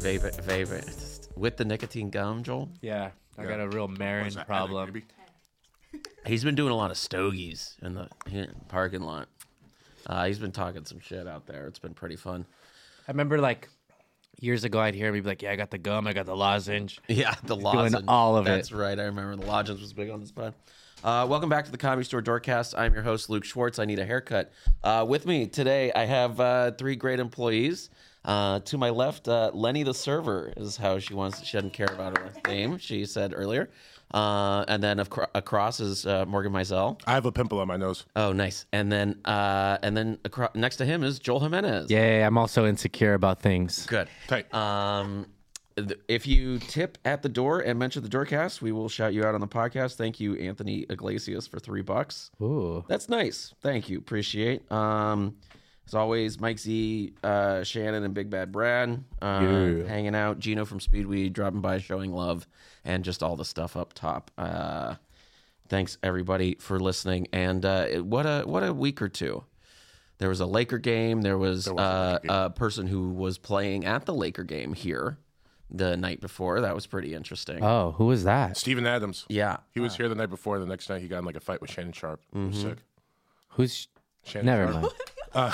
favorite favorite with the nicotine gum, Joel. Yeah, I Yeah. got a real marrying It's an addict, problem. maybe. He's been doing a lot of stogies in the he- parking lot. Uh, he's been talking some shit out there. It's been pretty fun. I remember like years ago, I'd hear him he'd be like, "Yeah, I got the gum, I got the lozenge." Yeah, the lozenge. all of it. That's right. I remember the lozenge was big on this pod. Uh, welcome back to the Comedy Store Doorcast. I'm your host Luke Schwartz. I need a haircut. Uh, with me today, I have uh, three great employees. Uh, to my left, uh, Lenny the server is how she wants. She doesn't care about her name. She said earlier. Uh, and then of cr- across is uh, Morgan Mizell. I have a pimple on my nose. Oh, nice. And then uh, and then acro- next to him is Joel Jimenez. Yeah, I'm also insecure about things. Good. Tight. Um, th- if you tip at the door and mention the doorcast, we will shout you out on the podcast. Thank you, Anthony Iglesias, for three bucks. Ooh, That's nice. Thank you. Appreciate. Um, as always, Mike Z, uh, Shannon, and Big Bad Brad uh, hanging out. Gino from Speedweed dropping by, showing love, and just all the stuff up top. Uh, thanks everybody for listening. And uh, it- what a what a week or two. There was a Laker game. There was, uh, a person who was playing at the Laker game here the night before. That was pretty interesting. oh, who was that? Steven Adams. yeah. Uh, He was here the night before, and the next night he got in like a fight with Shannon Sharp. It was Mm-hmm. Sick. Who's? Shannon Never Sharp. mind.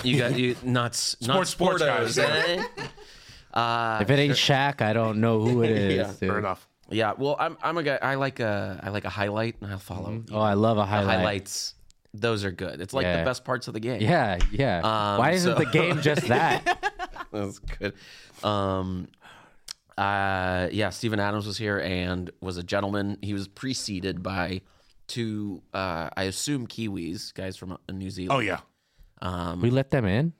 You got you not s- not Sports- sports sportos, guys, eh? if it ain't Shaq, I don't know who it is. Yeah, dude. Fair enough. Yeah, well, I'm I'm a guy. I like a I like a highlight, and I'll follow Oh, I love a the highlight. highlights. Those are good. It's like the Yeah. best parts of the game. Yeah, yeah. Um, Why isn't so- the game just that? that's good. Um, uh, yeah, Stephen Adams was here and was a gentleman. He was preceded by two, uh, I assume Kiwis, guys from uh, New Oh Zealand. yeah, we let them in.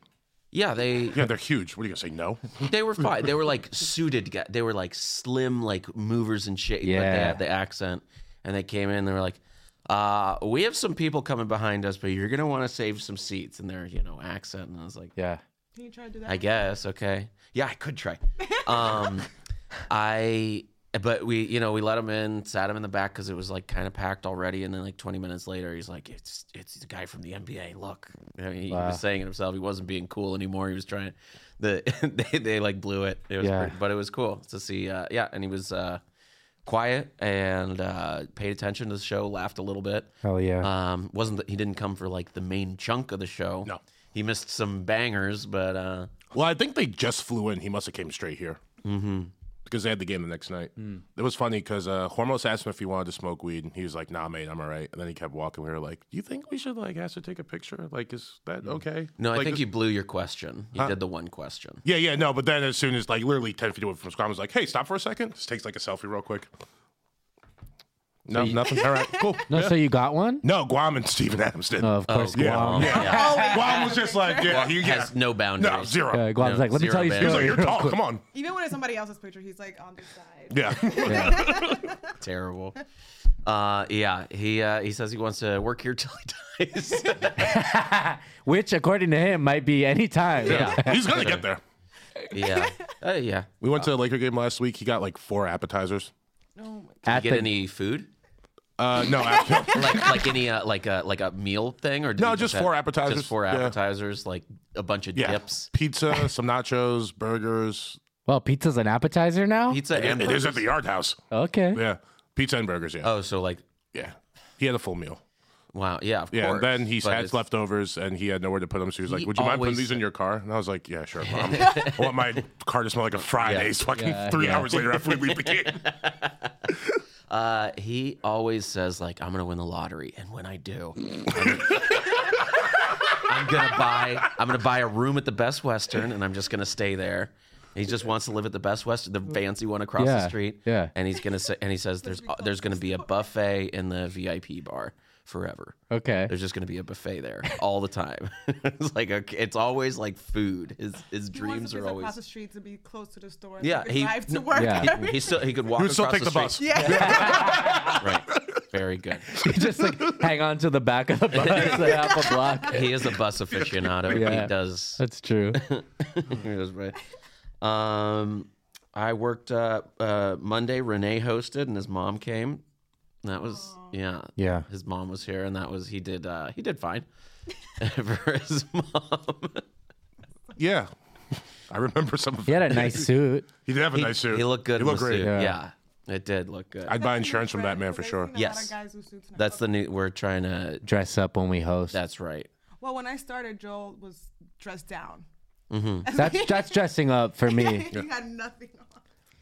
yeah, they yeah. They're huge. What are you gonna say? No. they were fine. They were like suited guys. They were like slim, like movers and shit. But they Yeah. had the accent. And they came in and they were like, uh, we have some people coming behind us, but you're going to want to save some seats. And their, you know, accent. And I was like, Yeah. Can you try to do that? I guess. Okay. Yeah, I could try. Um, I, but we, you know, we let him in, sat him in the back because it was like kind of packed already. And then like 20 minutes later, he's like, it's, it's the guy from the NBA. Look, I mean, he was saying it himself. He wasn't being cool anymore. He was trying the, they, they like blew it. It was, Yeah. pretty- but it was cool to see. Uh, yeah. And he was, uh, quiet and uh paid attention to the show laughed a little bit Hell yeah. um, wasn't that he didn't come for like the main chunk of the show? No. he missed some bangers, but uh, Well, I think they just flew in. He must have came straight here. Mm-hmm. Because they had the game the next night. It was funny because uh, Hormos asked him if he wanted to smoke weed, and he was like, "Nah, mate, I'm all right." And then he kept walking. We were like, "Do you think we should like ask to take a picture? Like, is that okay?" no, I Like, think is- you blew your question. You did the one question. Yeah, yeah, no. But then as soon as like literally ten feet away from Scrum, I was like, "Hey, stop for a second. Just takes like a selfie real quick." No, nothing. All right, cool. no, so you got one? No, Guam and Steven Adams did. Oh, of course, yeah, Guam. yeah. Oh, Guam was just like, yeah, He you yeah. has no boundaries. no zero. Uh, No, Guam's like, let me zero tell you a bad. He's story. like, you're tall. Come on. Even when it's somebody else's picture, he's like on the side. Yeah. Terrible. Uh, yeah, he uh, he says he wants to work here till he dies. Which, according to him, might be any time. yeah, He's gonna get there. yeah, uh, yeah. We went to the Laker game last week. He got like four appetizers. Oh my Did you At get the- any food? Uh, no, app- Like like any uh, like a like a meal thing or did No, you just have- four appetizers. Just four Yeah. appetizers, like a bunch of yeah, dips. pizza, some nachos, burgers. Well, pizza's an appetizer now? Pizza and And it is at burgers? the Yard House. Okay. Yeah, pizza and burgers. Yeah, Oh, so like yeah. He had a full meal. wow, yeah, of Yeah, course. and then he but had it's- leftovers, and he had nowhere to put them. So he was like, He "Would you mind putting always- these in your car?" And I was like, "Yeah, sure, mom. I want my car to smell like a Friday's fucking Yeah, three yeah. hours later after we leave the game." Uh, he always says like, "I'm gonna win the lottery," and when I do, I'm, I'm gonna buy. I'm gonna buy a room at the Best Western, and I'm just gonna stay there. He just wants to live at the Best Western, the fancy one across the Yeah, street. yeah. And he's gonna say, and he says, "There's uh, there's gonna be a buffet in the VIP bar forever. Okay. There's just gonna be a buffet there all the time. it's like okay, it's always like food. His his He dreams wants to are visit always across the street to be close to the store. Yeah, he he- drive to no- work. yeah. every- he still he could walk. He would still across take the, bus. street. yeah. Right. Very good. Just like hang on to the back of the bus at Apple Block. He is a bus aficionado. Yeah. He does. That's true. he does right. Um, I worked uh, uh, Monday. Renee hosted, and his mom came. That was yeah, Yeah. His mom was here, and that was he did uh, he did fine for his mom. Yeah, I remember some of He had a nice suit. He did have a nice suit. He looked good. He in looked the great. Suit. Yeah. Yeah. it did look good. I'd buy insurance from that man for sure. Yes. That's the new. We're trying to. Dress up when we host. That's right. Well, when I started, Joel was dressed down. Mm-hmm. That's that's dressing up for me. he had nothing on.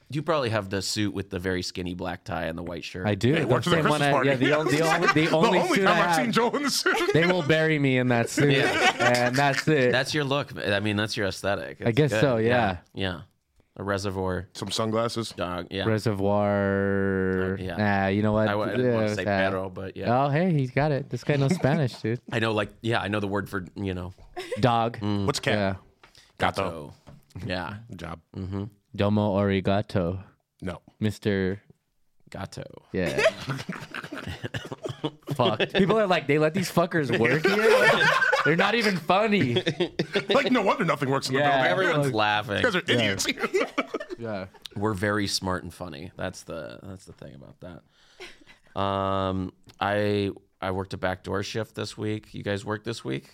You probably have the suit with the very skinny black tie and the white shirt. I do. It worked The at the same one Christmas I- party. yeah, the, o- the only, the the only only, suit time I I've seen have. Joel in the suit. They will bury me in that suit, Yeah. and that's it. That's your look. I mean, that's your aesthetic. I It's guess good. so. Yeah. Yeah. A reservoir Some sunglasses. dog. Yeah. Reservoir. Yeah. Nah, you know what? I w- I Yeah, didn't want to say that- perro, but yeah. Oh, hey, he's got it. This guy knows Spanish, dude. I know, like, yeah, I know the word for, you know, Dog. What's cat? Yeah. Mm-hmm. Gato. so. Yeah. Job. Domo arigato, No. Mister. Gato. Yeah. Fuck. People are like, they let these fuckers work here. They're not even funny. Like no wonder nothing works in the Yeah. building. Everyone's Like- laughing. You guys are idiots. Yeah. We're very smart and funny. That's the that's the thing about that. Um, I I worked a backdoor shift this week. You guys worked this week?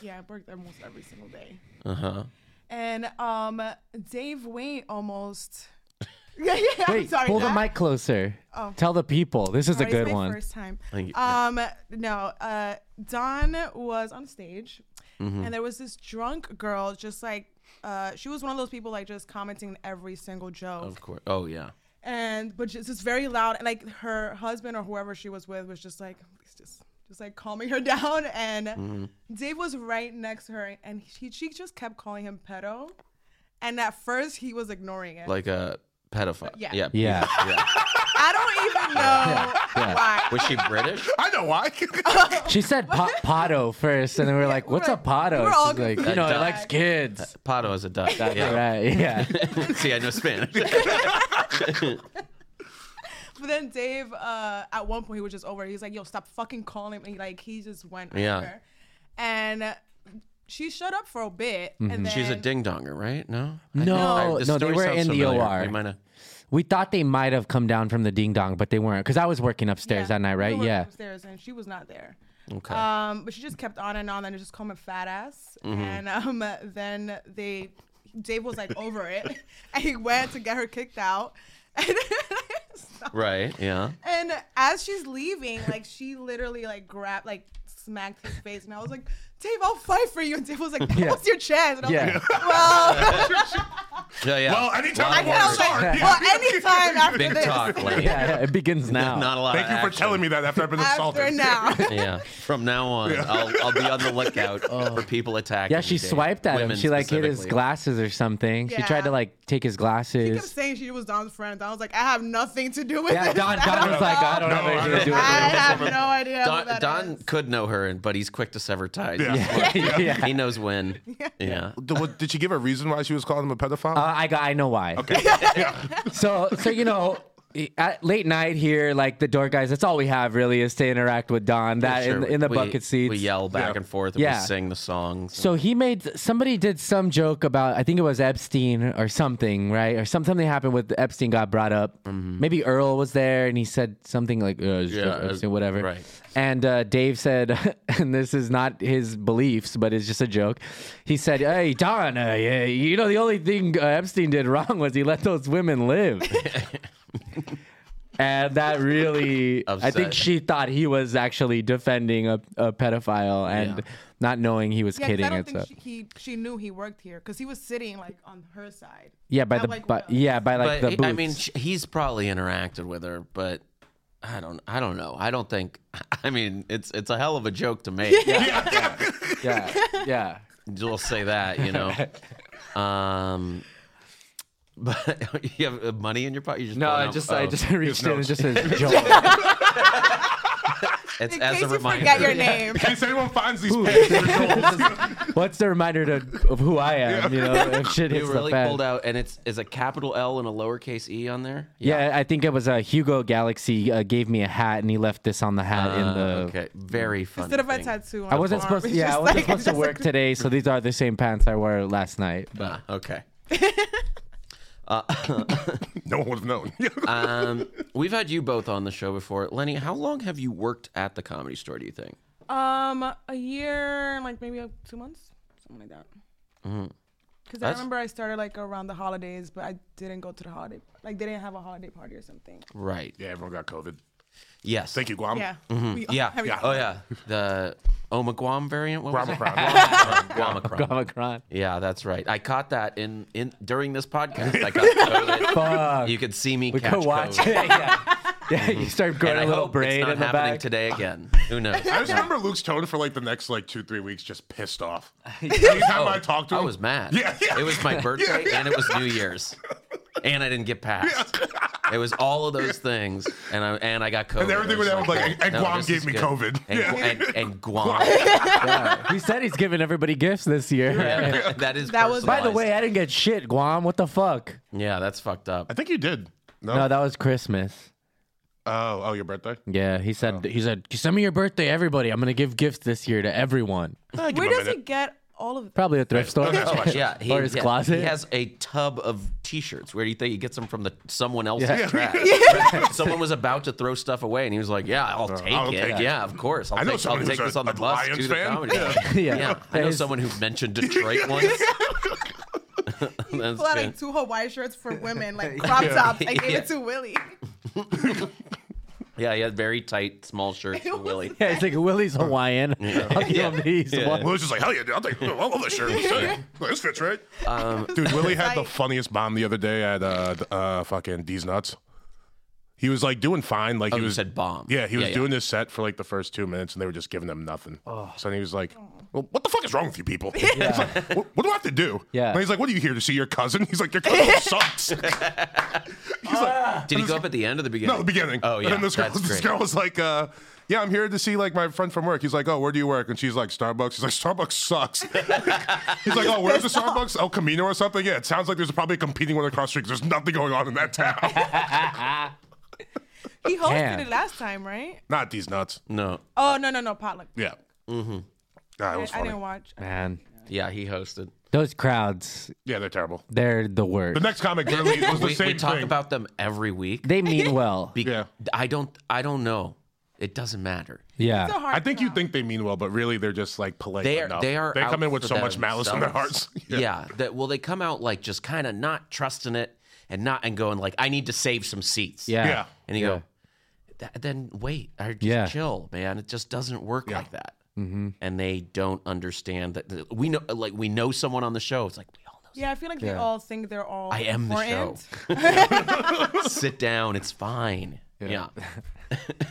Yeah, I worked almost every single day. Uh huh. And um, Dave Wayne almost. yeah, yeah. I'm Wait, sorry. pull the that- mic closer. Tell the people. This is a Sorry, it's good my one. First time. Thank you. Um, no, uh, Don was on stage, Mm-hmm. and there was this drunk girl, just like, uh, she was one of those people like just commenting every single joke, Of course. Oh yeah. and but just, just very loud, and like her husband or whoever she was with was just like, it's just. Just like calming her down, and Mm-hmm. Dave was right next to her, and he, she just kept calling him pedo. And at first, he was ignoring it. Like a pedophile. Yeah. Yeah. Yeah. yeah. I don't even know Yeah. why. Was she British? I know why. She said po- potto first, and then we are like, "What's We're a potto?" we're all She's like, confused. "You know, it Duck. likes kids." Pato is a duck. Yeah. Right? Yeah. See, I know Spanish. But then Dave, uh, at one point, he was just over. He's like, "Yo, stop fucking calling me!" Like he just went Yeah. over, and she shut up for a bit. Mm-hmm. And then She's a ding donger, right? No. No, this no, they story were sounds in the familiar. OR. We might have- We thought they might have come down from the ding dong, but they weren't because I was working upstairs that night, we right? were Yeah. upstairs, and she was not there. Okay. Um, but she just kept on and on, and just called him a fat ass. And um, then they, Dave was like over it, and he went to get her kicked out. And Right. Yeah. And as she's leaving, like she literally like grabbed, like smacked his face, and I was like, "Dave, I'll fight for you." And Dave was like, "That Yeah. was your chance." And I was Yeah. like, "Well, Oh, Yeah. Yeah. well, anytime Lot I of and I want to words. was like, start. well, anytime after Big this, talk. Like, yeah, yeah, it begins now. Not a lot. Thank of you for action. telling me that after I've been after insulted. now." Yeah. From now on, I'll, I'll be on the lookout Oh. for people attacking. yeah, she me, Dave. swiped at him. Women She like hit his specifically. glasses or something. She Yeah. tried to like take his She kept glasses. saying she was Don's friend. I was like, "I have nothing to do with Yeah, this. Don. I Don don't was like, know. "I don't have No, I anything to do I with it." have no idea." who Don, that Don is. could know her, and but he's quick to sever ties. Yeah. He's quick. Yeah. Yeah. He knows when. Yeah. Did, what- did she give a reason why she was calling him a pedophile? Uh, I got. I know why. Okay. so so you know. At late night here, like the door guys, that's all we have really is to interact with Don. That Sure, in, in the we- bucket seats. We yell back Yeah. and forth. And Yeah. We sing the songs. So he made somebody did some joke about I think it was Epstein or something, right? Or something that happened with Epstein got brought up. Maybe Earl was there and he said something like uh, it's just Mm-hmm. uh, Epstein, whatever. right. And uh, Dave said, and this is not his beliefs, but it's just a joke. He said, "Hey Don, uh, yeah, you know the only thing uh, Epstein did wrong was he let those women live." And that really, I think Upset. she thought he was actually defending a, a pedophile and Yeah. not knowing he was Yeah, 'cause kidding. I don't it's think a- she, he, she knew he worked here because he was sitting like on her side. Yeah, by I'm the like, by, no. yeah, by like but the he- boots. I mean, sh- he's probably interacted with her, but I don't. I don't know. I don't think. I mean, it's it's a hell of a joke to make. yeah, yeah. We'll say that. You know. Um. But you have uh, money in your pocket. You're just No, pulling I out- just oh. I just reached in and notes. just says Joel. It's In as case a you reminder. forget your name, In case anyone finds these pants, What's the reminder to, of who I am? You know, if shit You hits really the fan. pulled out, and it's is a capital L and a lowercase e on there. Yeah, I think it was uh, Hugo Galaxy uh, gave me a hat and he left this on the hat in the. Ah, Uh, okay, very fun. instead of a thing. tattoo, on I his wasn't arm, supposed. To, it's yeah, I just wasn't like- supposed to it's work today, so these are the same pants I wore last night. But Ah, okay. no one would have known. Um, we've had you both on the show before, Lenny. How long have you worked at the Comedy Store? Do you think? Um, a year, and, like maybe like two months, something like that. Because I Mm-hmm. That's- remember I started like around the holidays, but I didn't go to the holiday. Like they didn't have a holiday party or something. Right. Yeah, everyone got COVID. Yes. Thank you, Guam. yeah. We all Yeah. have- yeah. Oh yeah. The Omiquam variant. What was it? Guam. Guamacron. Omicron. Yeah, that's right. I caught that in in during this podcast. I got COVID. Fuck. You could see me We catch could watch COVID. it. Yeah. yeah, you start growing And I a little hope braid it's not in the happening back. today again. Who knows? I just remember Luke's tone for like the next like two, three weeks just pissed off. Anytime I talked to Oh, I him, was mad. Yeah, yeah. It was my birthday and it was New Year's. And I didn't get passed. It was all of those things. And I and I got COVID. and everything It was with that was like, and, and no, Guam this gave is me good. COVID. And, yeah. and, and Guam. Yeah. He said he's giving everybody gifts this year. that is That was- By the personalized. way, I didn't get shit, Guam. What the fuck? Yeah, that's fucked up. I think you did. No. No, that was Christmas. oh, oh, your birthday. Yeah, he said he said send me your birthday, everybody. I'm gonna give gifts this year to everyone. Eh, give Where him a does he minute. get all of that? Probably a thrift store. that's fine. Yeah, he, Or his yeah, closet. He has a tub of T-shirts. Where do you think he gets them from? The someone else's Yeah. trash. someone was about to throw stuff away, and he was like, "Yeah, I'll take Uh, I'll it. take it." yeah, of course. I'll I know take, someone I'll take who's this a- on the a bus Lions to the fan. comedy." Yeah. club. Yeah. yeah, I know That is- someone who mentioned Detroit once. That's Pull out good. like two Hawaii shirts for women, like crop tops. I gave it to Willie. Yeah, he had very tight, small shirts for Willie. Yeah, he's like Willie's Hawaiian. I'll give him these. Yeah. One. Well, it's just like, hell yeah, dude, I'll take all of this shirt. This fits right. Um, dude, Willie had the funniest bomb the other day at uh, th- uh fucking D's Nuts. He was like doing fine, like Oh, he you was said bomb. Yeah, he was Yeah, Oh. yeah. doing this set for like the first two minutes, and they were just giving him nothing. So then he was like, "Well, what the fuck is wrong with you people? He's like, what, what do I have to do?" Yeah. and he's like, "What are you here to see your cousin?" He's like, "Your cousin sucks." he's like, Did he go up at the end or the beginning? no, the beginning. Oh yeah, And then this girl, that's this great. girl was like, uh, yeah, I'm here to see like my friend from work. He's like, oh, where do you work? And she's like, Starbucks. He's like, Starbucks sucks. He's like, oh, where's the Starbucks? El Camino or something? Yeah, it sounds like there's probably a competing one across the street 'cause there's nothing going on in that town. He hosted Damn. it last time, right? Not these nuts. No, Oh no no no potluck. Yeah. Mm-hmm. Nah, it was I funny. didn't watch. Man, yeah, he hosted. those crowds, yeah, they're terrible. they're the The worst. next comic literally was the We, same we talk thing. about them every week. They mean well. Be- Yeah. I don't. I don't know. It doesn't matter. It's a Yeah. hard I think you crowd. think they mean well, but really they're just like polite. they are enough. they are They out come in with for so much malice in their themselves. hearts. yeah. that well they come out like just kind of not trusting it and not and going like i need to save some seats Yeah. Yeah. and you Yeah. go "Th- then wait or just Yeah. chill man it just doesn't work like that and they don't understand that that we know like we know someone on the show it's like we all know Yeah, I feel like they all think they're all. I am the show. important. sit down it's fine yeah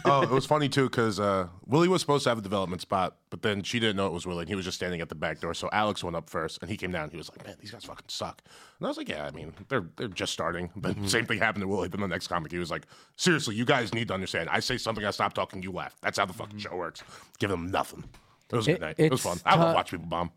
oh, it was funny too because uh, Willie was supposed to have a development spot, but then she didn't know it was Willie, and he was just standing at the back door. So Alex went up first, and he came down. And he was like, "Man, these guys fucking suck." And I was like, "Yeah, I mean, they're they're just starting." But Mm-hmm. same thing happened to Willie. Then the next comic, he was like, "Seriously, you guys need to understand. I say something, I stop talking, you laugh. That's how the fucking Mm-hmm. show works. Give them nothing." It was a It- good night. It was fun. it's I love tou- watch people bomb.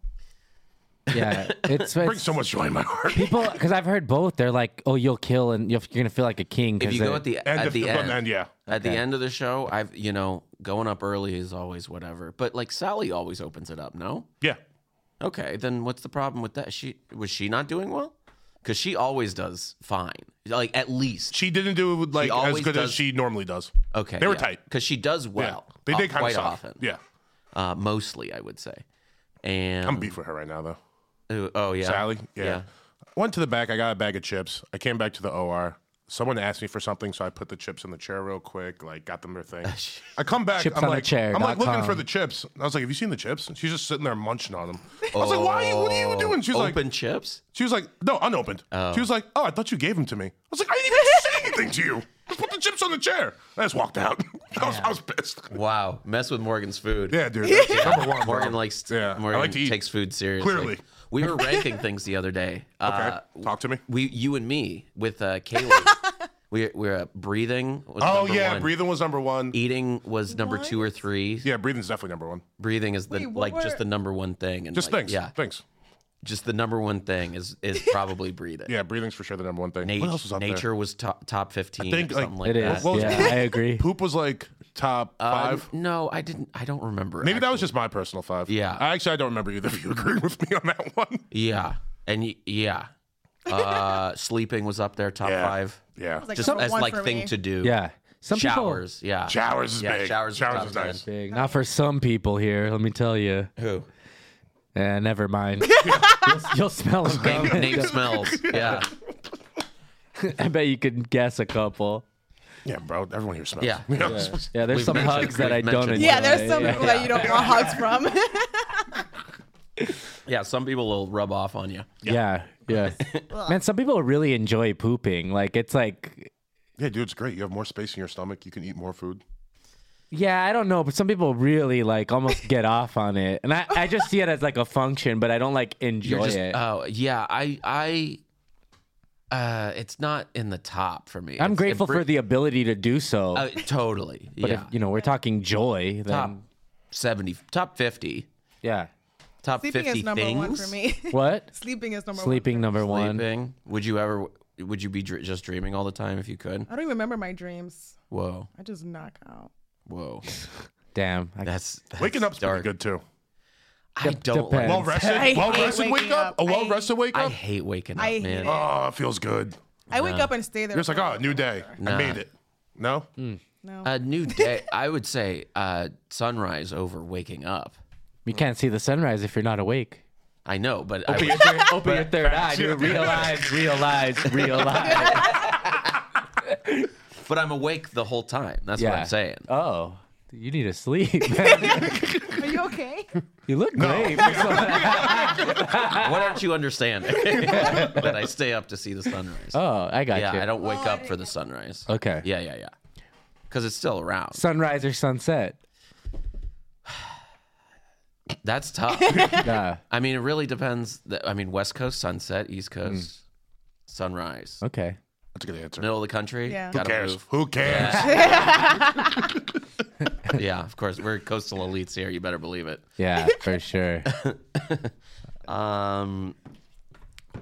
Yeah. It's, Brings it's so much joy in my heart. people because I've heard both. They're like, oh, you'll kill and you're gonna feel like a king. if 'cause you go they- at the And at the end yeah. At the end of the show, I've you know going up early is always whatever, but like Sally always opens it up. No, Yeah. okay, then what's the problem with that? She was she not doing well? Because she always does fine, like at least She didn't do like as always good as does- she normally does. okay. They were tight. because she does Yeah. well. They uh, did kind quite of often. Yeah. uh, mostly I would say. And I'm beef with her right now though. ooh, oh yeah, Sally. Yeah. Went to the back. I got a bag of chips. I came back to the OR. Someone asked me for something, so I put the chips in the chair real quick. Like, got them their thing. I come back. Chips I'm on the like, chair I'm like dot looking for com. the chips. I was like, "Have you seen the chips?" And she's just sitting there munching on them. I was like, "Why? Are you, what are you doing?" She's Oh. open like, chips. "She was like, no, unopened." She was like, "Oh, I thought you gave them to me." I was like, "I didn't even say anything to you. Just put the chips on the chair." I just walked out. I, was, I was pissed. Wow, mess with Morgan's food. Yeah, dude. that's Number one, bro. Morgan likes. Yeah, I Morgan like to eat. takes food seriously. Clearly. we were ranking things the other day. Uh, Okay, talk to me. we you and me with uh Kaylee. we we're uh, breathing was Oh number yeah, one. E- breathing was number one. eating was number two or three. Yeah, breathing's definitely number one. Breathing is the Wait, what like just the were- number one thing and Just like, things. Yeah. Things. Just the number one thing is is probably breathing. Yeah, breathing's for sure the number one thing. Nature, what else was up there? nature was top, top 15 think, or like, something like, it that. is. What was- yeah, I agree. Poop was like top five. Um, no, I didn't I don't remember. Maybe that was just my personal five. Yeah. I actually I don't remember either of you agreeing with me on that one. Yeah. And y- yeah. Uh sleeping was up there top 5. Yeah. like- Just Number as one like for thing me. to do. Yeah. Some Showers, yeah. Showers is yeah, big. Showers, Showers top is nice. 10. people. Big. Not for some people here. Let me tell you. Who? Eh, never mind. you'll, you'll smell them Name, name coming. smells. Yeah. I bet you could guess a couple. Yeah, bro. Everyone here smells. Yeah. You know? Yeah, there's We've some mentioned- hugs that I we've don't mentioned- enjoy. Yeah, there's some Yeah. people that you don't want hugs from. Yeah. Some people will rub off on you. Yeah, yeah. Man, some people really enjoy pooping. Like it's like Yeah, dude, it's great. You have more space in your stomach. You can eat more food. yeah, I don't know, but some people really like almost get off on it. And I, I just see it as like a function, but I don't like enjoy You're just, it. oh, yeah. I, I, uh, it's not in the top for me. It's- I'm it grateful bri- for the ability to do so. Uh, totally. but yeah. if you know, we're talking joy, then top 70, top 50, yeah. top Sleeping 50 is number things. one for me. What? Sleeping is number one. Sleeping number one. Sleeping. Would you ever, would you be dr- just dreaming all the time if you could? I don't even remember my dreams. Whoa. I just knock Oh, out. Whoa. Damn. I, That's, that's Waking up's dark. pretty good too. I don't like depends. Well rested. I hate Well rested. Wake waking up. up. A I- well rested wake I up. hate waking up, I hate man. Oh, it. Oh, it feels good. I wake up and stay there. You're just like, oh, new day. Nah. Hmm. I made it. No, no. A new day. I would say uh, sunrise over waking up. you can't see the sunrise if you're not awake. I know, but I would, Open your third eye, dude. Realize, realize, realize. but I'm awake the whole time. That's what I'm saying. Oh, you need to sleep. Are you okay? you look great. Why don't you understand that I stay up to see the sunrise? Oh, I got yeah, you. I don't wake Oh, I up for didn't- the sunrise. Okay. Yeah, yeah, yeah. Because it's still around. Sunrise or sunset? That's tough. Nah. I mean, it really depends. th- I mean, West Coast sunset, East Coast sunrise, Hmm. Okay. that's a good answer. middle of the country. Yeah. Who gotta Who cares? move. Who cares? Yeah, of course. We're coastal elites here. You better believe it. Yeah, for sure. Um,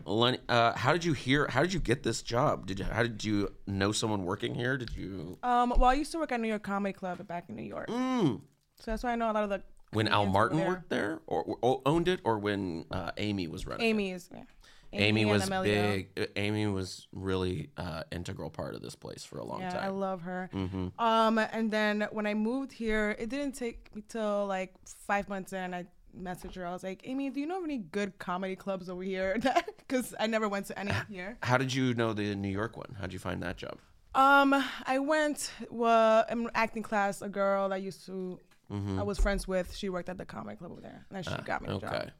Lenny, uh, how did you hear? How did you get this job? Did you, how did you know someone working here? Did you Um, well, I used to work at New York Comedy Club back in New York, so that's why I know a lot of the. Mm. when Al comedians Martin there. worked there or, or owned it, or when uh, Amy was running? it? Amy is. Yeah. Amy, and was Emilio. big. uh, Amy was really uh, integral part of this place for a long Yeah, I time. Mm-hmm. love her. Um, and then when I moved here, it didn't take me till like five months in. I messaged her. I was like, Amy, do you know of any good comedy clubs over here? Because I never went to any here. how did you know the New York one? How'd you find that job? Um, I went well in acting class. A girl that I used to, I was friends with. She worked at the comedy club over there, and then she got me the job. Okay.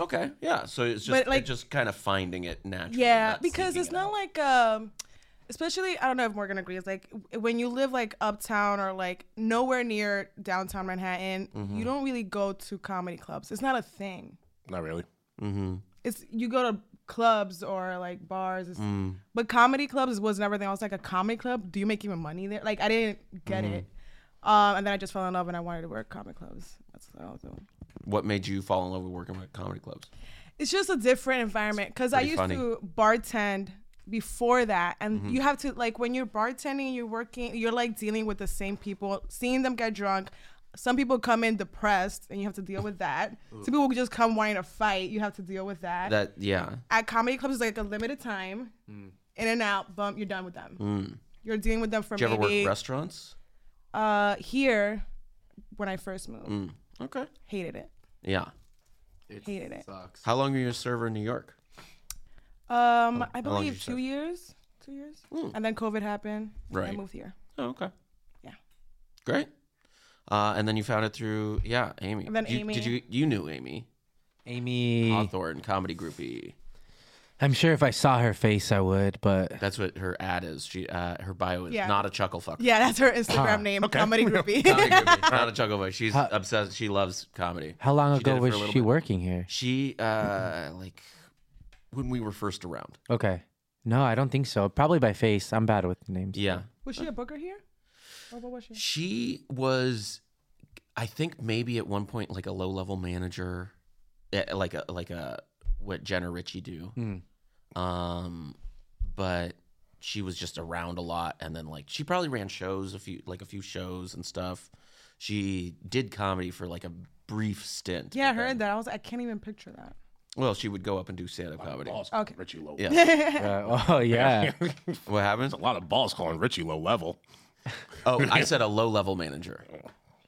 Okay. Yeah. So it's just it But, like- just kind of finding it naturally. Yeah, not because seeking it's it not out. like um especially I don't know if Morgan agrees like w- when you live like uptown or like nowhere near downtown Manhattan, you don't really go to comedy clubs. It's not a thing. Not really. It's you go to clubs or like bars. It's, Mm. But comedy clubs was never thing. I was like a comedy club. Do you make even money there? Like I didn't get Mm. it. Um, and then I just fell in love and I wanted to work comedy clubs. That's what I was doing. what made you fall in love with working with comedy clubs? it's just a different environment because I pretty used funny. Mm-hmm. to bartend before that and you have to like when you're bartending you're working you're like dealing with the same people seeing them get drunk some people come in depressed and you have to deal with that some people just come wanting to fight you have to deal with that, That yeah. at comedy clubs it's like a limited time Mm. in and out bump you're done with them you're dealing with them for Did you ever work maybe restaurants? uh here when i first moved Mm. Okay. hated it Yeah. hated it How long were you a server in New York? Um, Oh, I long did you believe two serve? years, two years, and then COVID happened. and I Right. moved here, Oh, okay. Yeah. Great. Uh, and then you found it through yeah, Amy. And then You- Amy. Did you you knew Amy Amy, Hawthorne, comedy groupie? I'm sure if I saw her face, I would, but That's what her ad is. She uh, her bio is Yeah. not a chuckle fucker. yeah, that's her Instagram Ah, name, comedy groupie. Comedy groupie, not a chuckle fucker. She's obsessed. She loves comedy. how long She did ago it for was a little she bit. working here? She uh like when we were first around. Okay. No, I don't think so. Probably by face. I'm bad with names. Yeah. was she a booker here? Or what was she? She was, I think maybe at one point like a low level manager, eh, like a like a what Jenna Ritchie do. Um, but she was just around a lot, and then like she probably ran shows a few like a few shows and stuff. She did comedy for like a brief stint. Yeah, I but then- heard that. I was, I can't even picture that. Well, she would go up and do stand up comedy. Balls Okay. Richie Low. Yeah. Uh, oh yeah. what happens? A lot of balls calling Richie low level. Oh, I said a low level manager.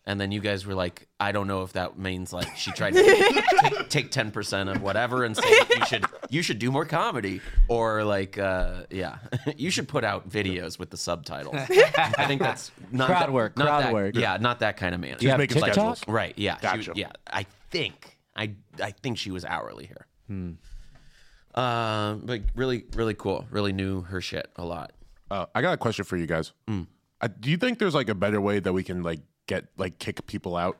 And then you guys were like, I don't know if that means like she tried to take ten percent of whatever and say you should you should do more comedy or like uh, yeah you should put out videos with the subtitles. I think that's not Crowd that- work, not crowd that- work. Yeah, not that kind of manager. You have making TikTok? schedules. Right. Yeah. She was- Gotcha. yeah. I think I I think she was hourly here. Hmm. Um, but really, really cool. Really knew her shit a lot. Uh, I got a question for you guys. Uh, do you think there's like a better way that we can like get like kick people out?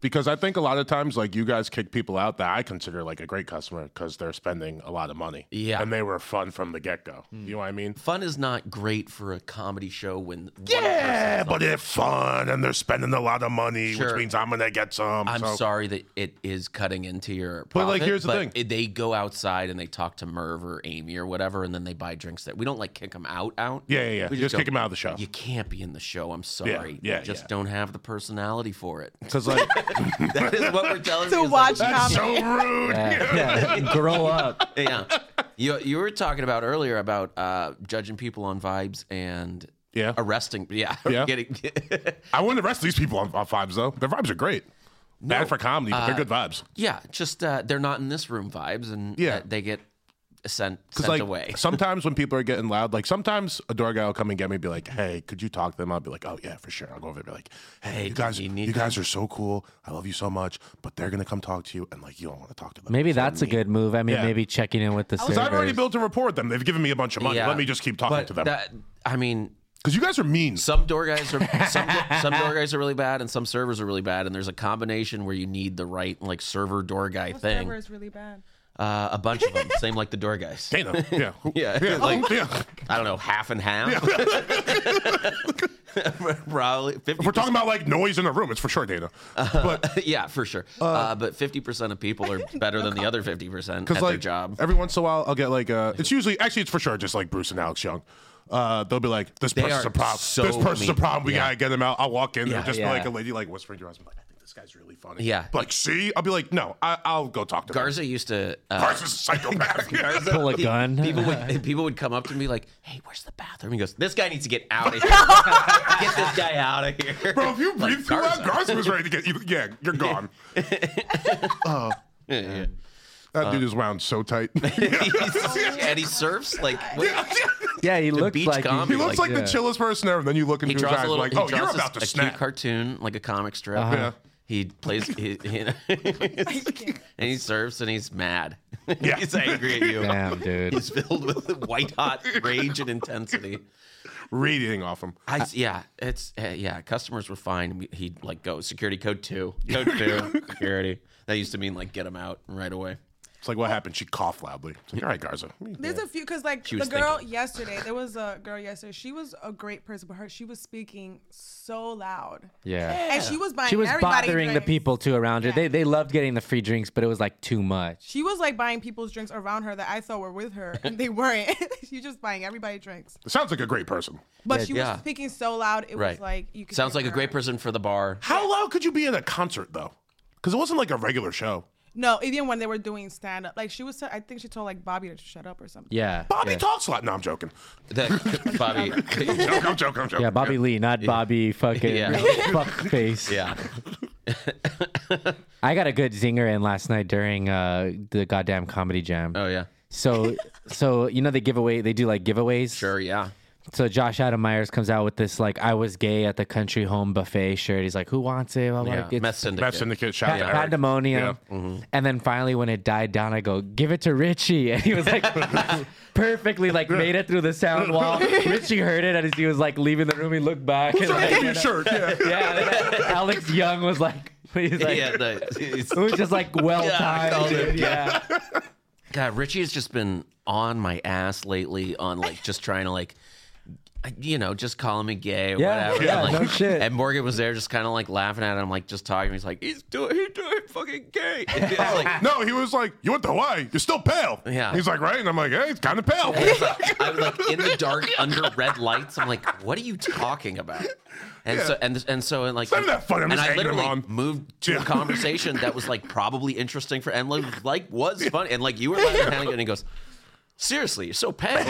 Because I think a lot of times like you guys kick people out that I consider like a great customer because they're spending a lot of money. Yeah. and they were fun from the get go. You know what I mean? Fun is not great for a comedy show when one Yeah, person's on. but it's fun and they're spending a lot of money, Sure. which means I'm gonna get some. I'm so- sorry that it is cutting into your. Profit, But, like, here's the but thing. it- they go outside and they talk to Merv or Amy or whatever, and then they buy drinks. That we don't like kick them out. Out. Yeah, yeah, yeah. We Just go, kick 'em out of the show. You can't be in the show. I'm sorry. yeah, You just yeah. don't have the personality for it. Because like That is what we're telling To you. is, watch Like, that's comedy. so rude. Yeah, grow up. yeah. You you were talking about earlier about uh, judging people on vibes and Yeah. arresting. Yeah. Yeah. Getting, I wouldn't arrest these people on, on vibes though. Their vibes are great. Bad for comedy, but Uh, they're good vibes. yeah. Just uh, they're not in this room vibes, and Yeah. uh, they get sent Because sent like away. sometimes when people are getting loud, like sometimes a door guy will come and get me, and be like, "Hey, could you talk to them?" I'll be like, "Oh yeah, for sure." I'll go over there, and be like, "Hey, Hey, you guys, you you, need guys are so cool. I love you so much, but they're gonna come talk to you, and like you don't want to talk to them." Maybe It's so that's a mean." good move. I mean, Yeah. maybe checking in with the Because I've already servers. built a rapport with them. They've given me a bunch of money. Yeah. Let me just keep talking But to them. That, I mean, Because you guys are mean. some door guys are some, some door guys are really bad, and some servers are really bad, and there's a combination where you need the right like server door guy This thing. server is really bad. Uh, a bunch of them, same like the door guys. Dana. Yeah. Yeah, Yeah. like- yeah. I don't know, half and half. Probably 50 If we're talking about like noise in a room, it's for sure Dana. Uh-huh. But yeah, for sure. Uh, but fifty percent of people are better than the other fifty percent at Because like their job. every once in a while, I'll get like uh, it's usually actually it's for sure just like Bruce and Alex Young. Uh, they'll be like, "This person's are a problem. so this person's a mean. problem. We Yeah. gotta get them out." I'll walk in Yeah. and just Yeah. be like a lady like whispering to her husband, "Like, I think this guy's really funny." Yeah. Like, see, I'll be like, "No, I, I'll go talk to him." Garza used to. Uh, Garza's a psychopath. Garza- Pull a gun. People would people would come up to me like, "Hey, where's the bathroom?" He goes, "This guy needs to get out of here. get this guy out of here." Bro, if you Like, breathe through that, Garza was ready to get you. Yeah, you're gone. Oh, Yeah, yeah. That dude is wound so tight. He's- and he surfs like what- Yeah, he looks beach like he- comedy, he looks like, Like, the yeah. chillest person ever. And then you look into he his draws eyes a little. like, he "Oh, draws you're a- about to a snap." Uh-huh. cute cartoon, like a comic strip. Yeah. He plays, he, he- and he surfs, and he's mad. Yeah. he's angry at you. Damn, dude. He's filled with white hot rage and intensity. Radiating off him. I yeah, it's uh, yeah. Customers were fine. We- He'd like go security code two, code two, security. That used to mean like get him out right away. It's like, what happened? She coughed loudly. It's like, all right, Garza. There's a few because like She the was girl yesterday, there was a girl yesterday. She was a great person, but her she was speaking so loud, Yeah. and she was buying. She was everybody bothering the drinks. people too around her. They they loved getting the free drinks, but it was like too much. She was like buying people's drinks around her that I thought were with her, and they weren't. she was just buying everybody drinks, It sounds like a great person. but she was yeah. speaking so loud it Right. was like you. Could Sounds hear like a her. great person for the bar. How loud could you be at a concert though? Because it wasn't like a regular show. No, even when they were doing stand up, like she was. I think she told like Bobby to shut up or something. Yeah. Bobby Yeah. talks a lot. No, I'm joking. That Bobby. I'm joking. I'm joking. I'm joking. Yeah, Bobby Lee, not Bobby fucking Yeah. fuck face. Yeah. I got a good zinger in last night during uh, the goddamn comedy jam. Oh yeah. So, so you know they give away, they do like giveaways. Sure. Yeah. So Josh Adam Myers comes out with this like "I was gay at the country home buffet" shirt. He's like, "Who wants it?" Blah, blah. Yeah. It's Meth syndicate. Meth Syndicate. Shout out pa- to Eric. pandemonium. Mm-hmm. And then finally, when it died down, I go, "Give it to Richie," and he was like, perfectly like made it through the sound wall. Richie heard it, and as he was like leaving the room, he looked back. and, Give like, me your shirt. Yeah. yeah, and then Alex Young was like, he's like, Yeah. the- it was just like well called timed. it. dude. Yeah. God, Richie has just been on my ass lately on like just trying to like, you know, just calling me gay or Yeah, whatever. yeah, and, like, no shit. And Morgan was there just kind of like laughing at him, like just talking. He's like, he's doing, he's doing fucking gay. And it's like, No, he was like, "You went to Hawaii. You're still pale." Yeah. He's like, "Right," and I'm like, "Hey, it's kind of pale." I was like in the dark under red lights. I'm like, what are you talking about? And so and and so and like not even that funny. I'm and just I egging him literally on. moved to Yeah. a conversation that was like probably interesting for and like, like was fun and like you were laughing at it, and he goes, seriously, you're so pale.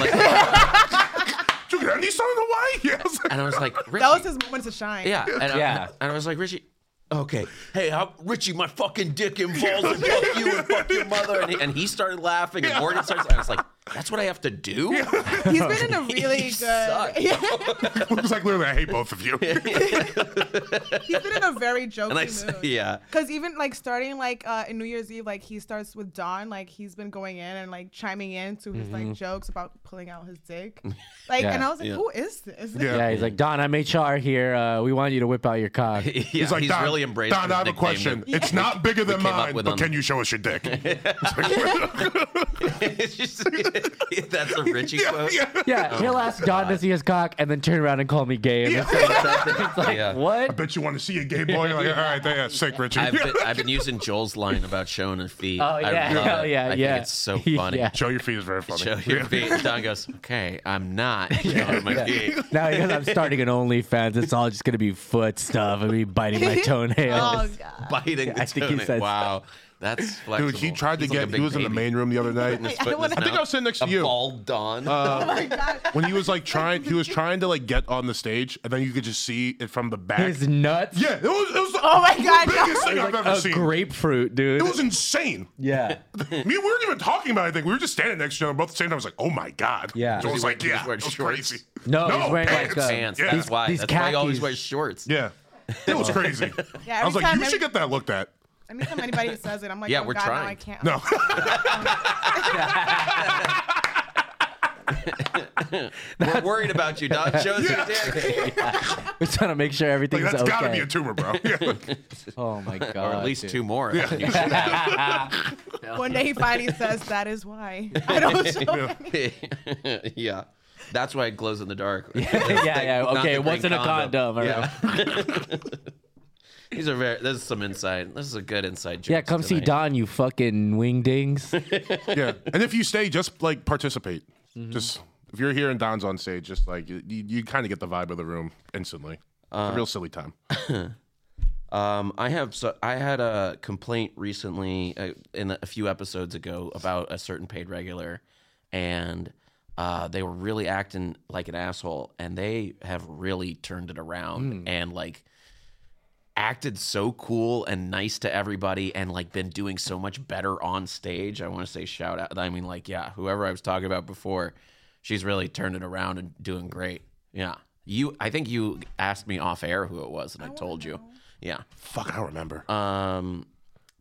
Like, Did you get any sun in Hawaii? Yeah. I was like, and I was like, That was "Richie, his moment to shine. Yeah. And, I, Yeah. and I was like, Richie, okay, hey, how, Richie, my fucking dick involves and fuck you and fuck your mother. And he, and he started laughing, and Morgan starts. I was like, that's what I have to do. He's been in a really You good. suck. Looks like literally I hate both of you. He's been in a very joking And I mood. said, yeah. Cause even like starting like uh, in New Year's Eve, like he starts with Don, like he's been going in and like chiming in to his like jokes about pulling out his dick, like and Yeah. I was like, Mm-hmm. Yeah. who is this? Yeah. Yeah, he's like, Don, I'm HR here. Uh, we want you to whip out your cock. Yeah, He's like, Don, really embraced. Don, his I have a nickname question. that- It's not bigger than came up mine, with but him. can you show us your dick? it's just that's a Richie quote. yeah. Yeah, he'll ask Don to see his cock and then turn around and call me gay. And Yeah. it's like- it's like, Yeah. I what? bet you want to see a gay boy. Like, all right, yeah, sick, Richard. I've been, I've been using Joel's line about showing her feet. Oh, yeah. I love Oh, it. yeah, I yeah. think it's so funny. Yeah. Show your feet is very funny. Show your Yeah. feet. Don goes, okay, I'm not showing my feet. Now, because I'm starting an OnlyFans, it's all just going to be foot stuff and me biting my Oh toenails. god. Biting the I think he tunic. said- Wow, that's flexible. Dude, he tried to He's like a get. big he was in the baby. main room the other night. His foot in his I think mouth. I was sitting next to a you. Uh, Bald Don. when he was like trying, he was trying to like get on the stage, and then you could just see it from the back. His nuts? yeah, it was. It was the Oh my God, biggest no. thing I've ever A seen. grapefruit, dude. It was insane. yeah. Me, we weren't even talking about anything. We were just standing next to each other, both at the same time. I was like, "Oh my god!" Yeah. Was Joel's he like, wearing- "Yeah, he was wearing that was shorts? crazy." No, he was wearing, like, uh, pants. Yeah. That's why. These- That's why he always these wears shorts. Yeah, it was crazy. Yeah, I was every like, time- "You should every- get that looked at." Anytime anybody says it, I'm like, Yeah, oh we're god, no, trying. I No, can't. We're worried about you, Don. Show us your dick. We're trying to make sure like, everything's that's okay. gotta be a tumor, bro. Yeah. oh, my God. Or at least dude. two more. You One day he finally says, that is why. I don't show any- yeah. That's why it glows in the dark. yeah, yeah. Not the Okay, it green wasn't a condom. all right. Yeah. These are very. This is some insight. This is a good inside joke. Yeah, come see Don, you fucking wingdings. yeah. And if you stay, just like participate. Mm-hmm. Just if you're here and Don's on stage, just like you, you, you kind of get the vibe of the room instantly. Uh, it's a real silly time. Um, I have. So I had a complaint recently uh, in a, a few episodes ago about a certain paid regular, and uh, they were really acting like an asshole, and they have really turned it around and like acted so cool and nice to everybody and like been doing so much better on stage. I want to say shout out. I mean, like, yeah, whoever I was talking about before, she's really turned it around and doing great. Yeah. You, I think you asked me off air who it was and I, told you. Yeah. Fuck, I don't remember. Um,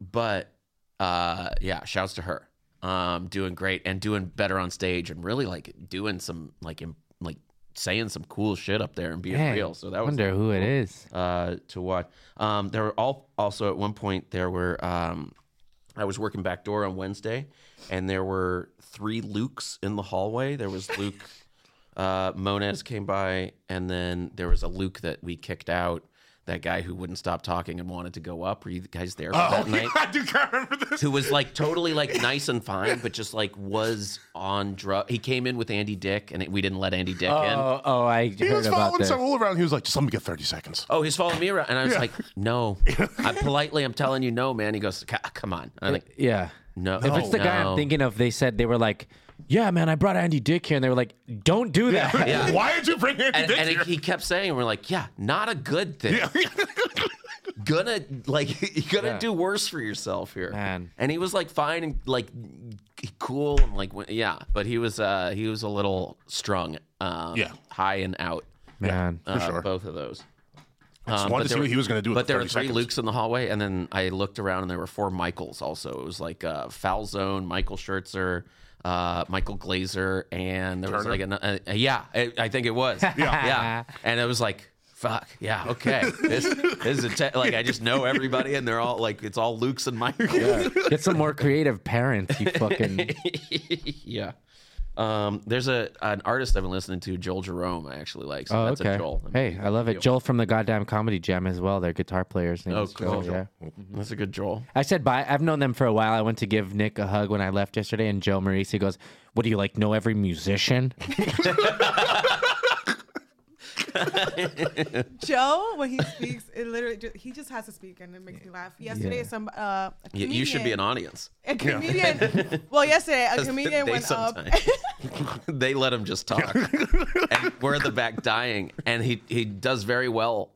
but uh, yeah, shouts to her. Um, doing great and doing better on stage and really like doing some like, im- like saying some cool shit up there and being Dang, real. So that was wonder who it is. uh, to watch. Um, there were all also at one point there were um, I was working back door on Wednesday, and there were three Lukes in the hallway. There was Luke uh, Mones came by, and then there was a Luke that we kicked out. That guy who wouldn't stop talking and wanted to go up. Were you guys there for oh, that yeah, night? I do kind of remember this. who was like totally like nice and fine, but just like was on drug. He came in with Andy Dick, and it- we didn't let Andy Dick in. Oh, oh, I He heard was about following this. some rule around. He was like, just let me get 30 seconds. oh, he's following me around. And I was Yeah. like, no. I politely, I'm telling you, no, man. He goes, "C- ah, come on. And I'm like, Yeah. no. If it's the no. guy I'm thinking of, they said they were like, yeah, man, I brought Andy Dick here. And they were like, don't do that. Yeah. Why did you bring Andy And, Dick and here? he kept saying, we're like, yeah, not a good thing. Gonna like you're gonna Yeah. do worse for yourself here. Man. And he was like fine and like cool and like went- yeah, but he was uh he was a little strung. Um, Yeah. high and out. Man. Uh, sure. Both of those. Just Um, but wanted to see there- what he was going to do. with But there were 30 three seconds. Lukes in the hallway, and then I looked around and there were four Michaels also. It was like uh, Foul Zone, Michael Schertzer, uh, Michael Glazer, and there was Turner? like an, uh, uh, yeah, I, I think it was. Yeah. And it was like, fuck, yeah, okay. This, this is a te- like, I just know everybody, and they're all like, it's all Lukes and Michaels. Get some more creative parents, you fucking. yeah. Um, there's a an artist I've been listening to, Joel Jerome. I actually like. So Oh, that's okay. a Joel. Hey, I love it. Joel from the goddamn comedy jam as well. They're guitar players. Oh, Joel, cool. yeah. That's a good Joel. I said bye. I've known them for a while. I went to give Nick a hug when I left yesterday, and Joe Maurice goes, "What do you like? Know every musician?" Joe, when he speaks, it literally just, he just has to speak and it makes me laugh. Yesterday, Yeah. some uh, a You, you should be an comedian- audience. A comedian. well, yesterday a 'Cause comedian they went up. sometimes- they let him just talk, and we're in the back dying, and he he does very well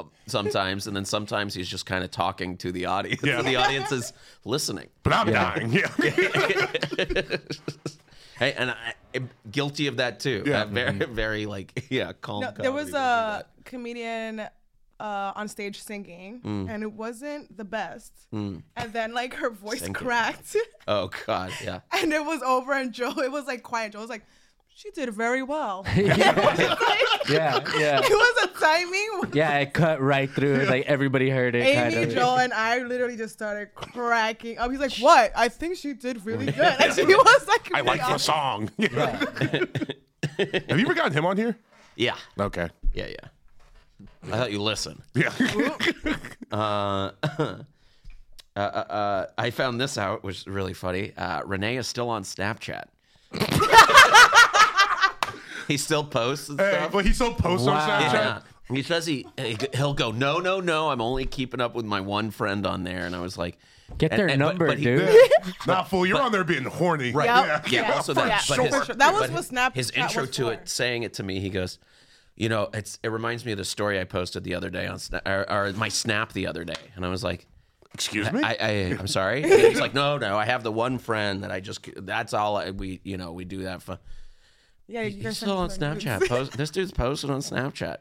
um, sometimes, and then sometimes he's just kind of talking to the audience. Yeah. the audience is listening. But I'm dying. Yeah. Hey, and I, am guilty of that too. Yeah. Uh, very, Mm-hmm. very like yeah, calm. No, there was comedy. a comedian uh, on stage singing, and it wasn't the best. And then like her voice cracked, oh god, yeah. and it was over. And Joe, it was like quiet. Joe was like, "She did very well." yeah, yeah. it was a timing. Yeah, it cut right through. It's Like everybody heard it. kind Amy, of. Joel, and I literally just started cracking up. He's like, "What? I think she did really good." And she was like, I really like the song. awesome. Have you ever gotten him on here? Yeah. Okay. Yeah, yeah. I thought you listen. Yeah. Uh, I found this out, which is really funny. Uh, Renee is still on Snapchat. he still posts and hey, stuff. but he still posts on Wow. Snapchat. Yeah. He says he he'll go no no no. I'm only keeping up with my one friend on there, and I was like, Get and- their and- but- number, but he- dude. Nah, fool, you're on there being horny. Right. Yep. Yeah. Yeah, Also for that. sure. but his- For sure. That was but what Snapchat His intro was to for. it, saying it to me, he goes, "You know, it's it reminds me of the story I posted the other day on Sna- or, or my Snap the other day," and I was like. Excuse me? I, I I'm sorry. And He's like, no, no. I have the one friend that I just. That's all I, we, you know, we do that for. Yeah, you He's still on Snapchat. Post, this dude's posted on Snapchat.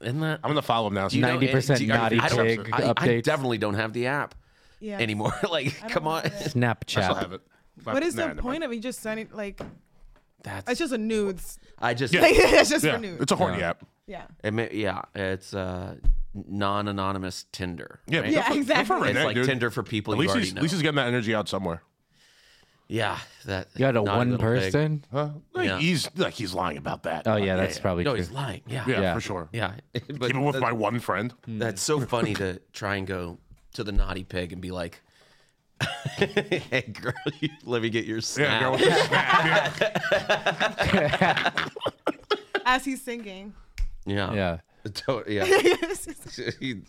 Isn't that? I'm going to follow him now. you know, Ninety percent do you- are you- naughty I don't- pig I, I updates. definitely don't have the app Yeah. anymore. like, come on. I still have Snapchat. it. What is the point of you just sending like? That's. It's just a nudes. I just. Yeah. it's just Yeah, for nudes. it's a horny app. yeah. It may, yeah, it's uh, non-anonymous Tinder. Yeah, right? Yeah, good for- good for exactly. It's Renee, like dude. Tinder for people At you least already he's, know. at least he's getting that energy out somewhere. yeah, that You had a naughty one little pig. person. Huh? Like, Yeah. He's like he's lying about that. Oh yeah, that's probably No, true. he's lying. Yeah, yeah, Yeah. for sure. yeah. but Mm. Even with that- my one friend. that's so funny to try and go to the naughty pig and be like, "Hey, girl, you, let me get your Yeah, snap." girl. Yeah. As he's singing. yeah, Yeah. To- yeah. He-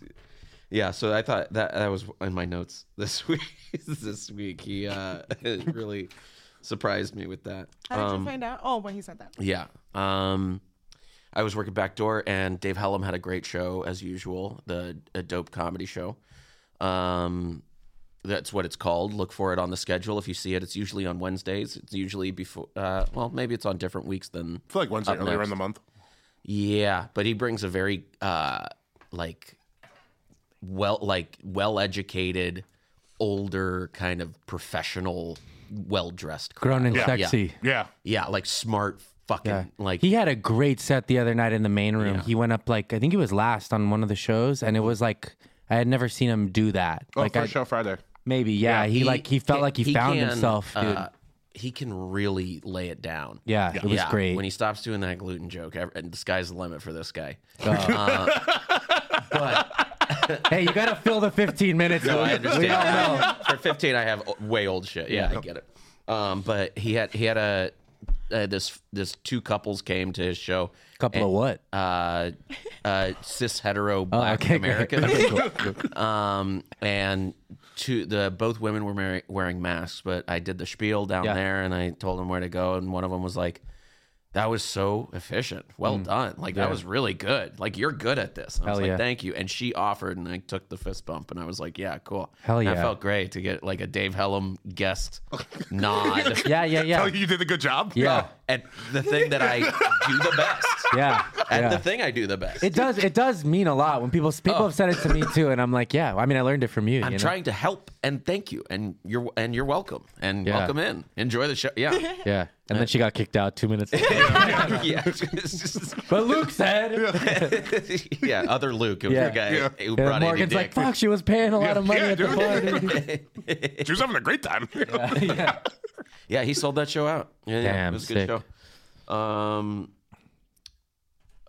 yeah, so I thought that that was in my notes this week. this week, he uh, really surprised me with that. How did Um, you find out? Oh, when he said that. Yeah. Um, I was working backdoor, and Dave Hellum had a great show as usual, the a dope comedy show. Um, that's what it's called. Look for it on the schedule if you see it. It's usually on Wednesdays. It's usually before. Uh, well, maybe it's on different weeks than. I feel like Wednesday Up earlier next. in the month. Yeah, but he brings a very uh, like well, like well educated, older kind of professional, well dressed. Grown and Yeah. sexy. Yeah. Yeah, like smart fucking Yeah. like he had a great set the other night in the main room. He went up like I think he was last on one of the shows, and it was like I had never seen him do that. Oh, like I, first show Friday. maybe yeah, he, like he felt ca- like he, found can, himself, dude. uh, he can really lay it down. yeah, it was yeah. great. When he stops doing that gluten joke, ev- and the sky's the limit for this guy. Uh, but hey, you gotta fill the 15 minutes. no, I dude. We all know. understand. for 15, I have o- way old shit. Yeah, I get it. Um, but he had he had a uh, this this two couples came to his show. Couple and, of what? Uh, uh, cis hetero Oh, black okay, great. Americans. Okay, cool, cool. Um, and two, the both women were mar- wearing masks, but I did the spiel down Yeah. there and I told them where to go. And one of them was like, that was so efficient. Well done. Like that was really good. Like you're good at this. And I was Mm. Hell like, yeah. thank you. And she offered and I took the fist bump and I was like, yeah, cool. Hell And That yeah. felt great to get like a Dave Hellum guest nod. Yeah, yeah, yeah, Tell Oh, you you did a good job. yeah, At the thing that I do the best. yeah. At yeah. the thing I do the best. It does. It does mean a lot when people people have said it to me too, and I'm like, yeah. I mean, I learned it from you. I'm you know? trying to help and thank you and you're and you're welcome and Yeah. welcome in. Enjoy the show. Yeah. Yeah, and then she got kicked out two minutes. later. yeah. It's just- but Luke said. yeah, other Luke, it was Yeah. the guy Yeah. who And brought in Morgan's like, fuck, she was paying a lot of money Yeah, at the dude. bar. dude." She was having a great time. yeah. Yeah, he sold that show out. Yeah, yeah, it Damn, was a good sick. show. Um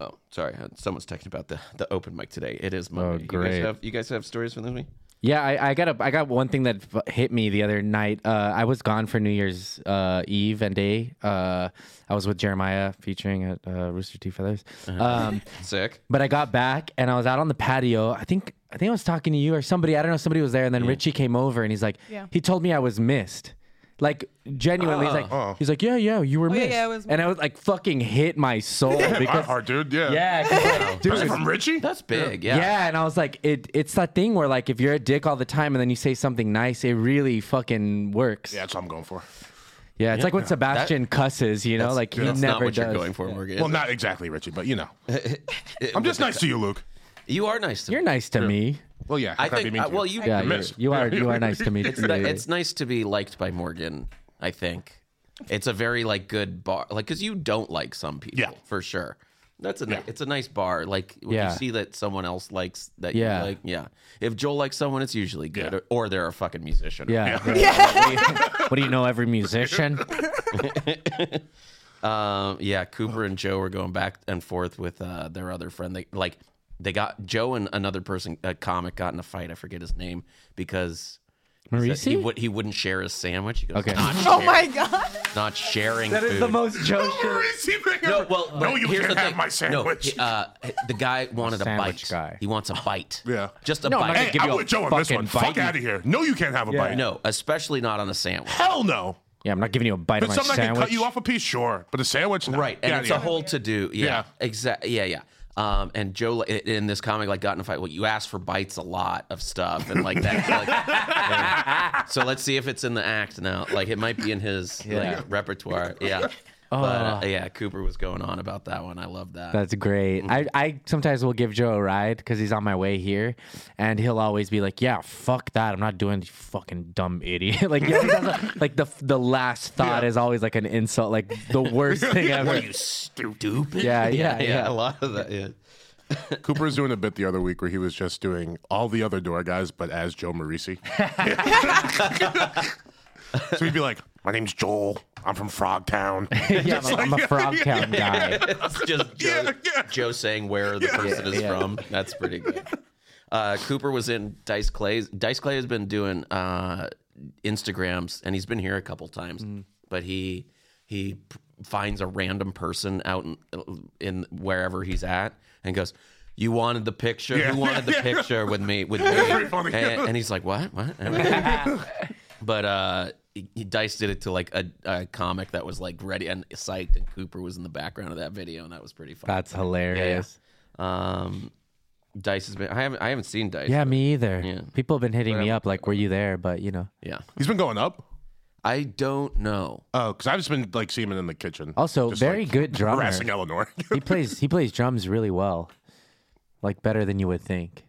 Oh, sorry. Someone's texting about the, the open mic today. It is Monday. You Oh, great. guys have you guys have stories from this week? Yeah, I, I got a, I got one thing that f- hit me the other night. Uh, I was gone for New Year's uh, Eve and day. Uh, I was with Jeremiah featuring at uh, Rooster Teeth Feathers. Um, Sick. but I got back and I was out on the patio. I think I think I was talking to you or somebody. I don't know. Somebody was there, and then Richie came over and he's like, Yeah. he told me I was missed. Like genuinely, he's like, he's like, yeah, yeah, you were Oh, yeah, missed, yeah, it was and I was like, fucking hit my soul My because heart, dude. Yeah. yeah, 'cause, like, Is it dude, from Richie? That's big. yeah. Yeah. and I was like, it, it's that thing where like if you're a dick all the time and then you say something nice, it really fucking works. yeah, that's what I'm going for. Yeah, it's like when Sebastian cusses, you know, like he That's never not what does. you're going for, Morgan. Well, not exactly Richie, but you know. I'm just nice to you, Luke. you are nice to You're me. nice to me. Well, yeah. I how can think. be mean uh, to you? well, you. Yeah, I you're- miss. you are. You are nice to me. It's, too. ni- it's nice to be liked by Morgan. I think it's a very like good bar, like because you don't like some people Yeah. for sure. That's a ni- Yeah. it's a nice bar. Like when Yeah. you see that someone else likes that. Yeah. you like yeah. If Joel likes someone, it's usually good, Yeah. or, they're a fucking musician. yeah. What, do you, what do you know? Every musician. Um, yeah, Cooper and Joe were going back and forth with uh, their other friend. They like they got Joe and another person, a comic, got in a fight. I forget his name because he Marisi. would he wouldn't share his sandwich. He goes, Okay. not, Oh my god. not sharing. That food. is the most Joe shit. Richie thing No, ever. well, no, but you here's can't the have thing. my No, sandwich. he- uh, the guy wanted a Sandwich bite. guy. He wants a bite. Yeah. just a No, I'm not bite. gonna hey, give I'm you a with Joe on this fucking one. bite, Fuck you- out of here. No, you can't have a bite. no, especially not on a sandwich. Hell no. Yeah, I'm not giving you a bite of my But something that can sandwich. cut you off a piece, sure. But a sandwich, no. Right, Get and outta it's a here. whole to do. Yeah. Yeah, exactly. Yeah, yeah. Um, and Joe like, in this comic like got in a fight. Well, you asked for bites a lot of stuff and like that. like, yeah. So let's see if it's in the act now. Like it might be in his Yeah. Oh. like, repertoire. Yeah. But uh, yeah, Cooper was going on about that one. I love that. That's great. I, I sometimes will give Joe a ride because he's on my way here, and he'll always be like, "Yeah, fuck that. I'm not doing you fucking dumb idiot." like, he always has a- like the the last thought is always like an insult, like the worst thing ever. you stupid. Yeah, yeah, yeah, yeah. A lot of that. Yeah. Cooper was doing a bit the other week where he was just doing all the other door guys, but as Joe Marisi. so he'd be like, "My name's Joel. I'm from Frogtown." yeah, I'm, a- I'm a frog town guy. It's just Joe, Yeah, yeah. Joe saying where the person is yeah. from. That's pretty good. Uh, Cooper was in Dice Clay's. Dice Clay has been doing uh, Instagrams, and he's been here a couple times. But he he p- finds a random person out in, in wherever he's at, and goes, "You wanted the picture? Yeah. Who wanted the Yeah. picture with me? With me?" pretty funny. And, and he's like, "What? What?" But uh, he, he- Dice did it to like a, a comic that was like ready and psyched, and Cooper was in the background of that video, and that was pretty fun. That's hilarious. Um, Dice has been. I haven't. I haven't seen Dice. Yeah, me either. People have been hitting me up like, "Were you there?" But you know. Yeah. He's been going up. I don't know. Oh, because I've just been like seeing him in the kitchen. Also, Just, very like, good drummer. Harassing Eleanor. he plays he plays drums really well, like better than you would think.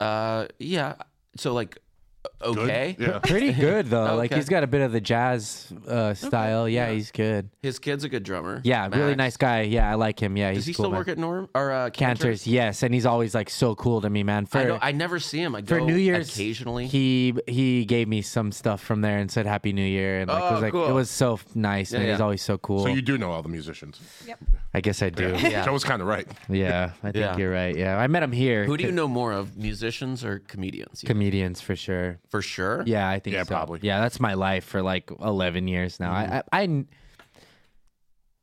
Uh, yeah. So like, okay. yeah. Pretty good though. Like Okay. he's got a bit of the jazz uh, style. Yeah, he's good. His kid's a good drummer. Yeah, really Max. nice guy. Yeah, I like him. Yeah, he's Does he cool. still man. work at Norm or uh, Cantor's? Cantors? Yes, and he's always like so cool to me, man. For I, don't, I never see him. I go for New Year's occasionally. he he gave me some stuff from there and said Happy New Year and like, it Oh, was like cool. it was so f- nice. man. He's yeah. always so cool. So you do know all the musicians. I guess I do. Yeah, Yeah. Joe was kind of right. I think Yeah. you're right. Yeah, I met him here. Who do you know more of, musicians or comedians? You- Comedians for sure. For sure. Yeah, I think Yeah, so. probably. Yeah, that's my life for like 11 years now. I, I, I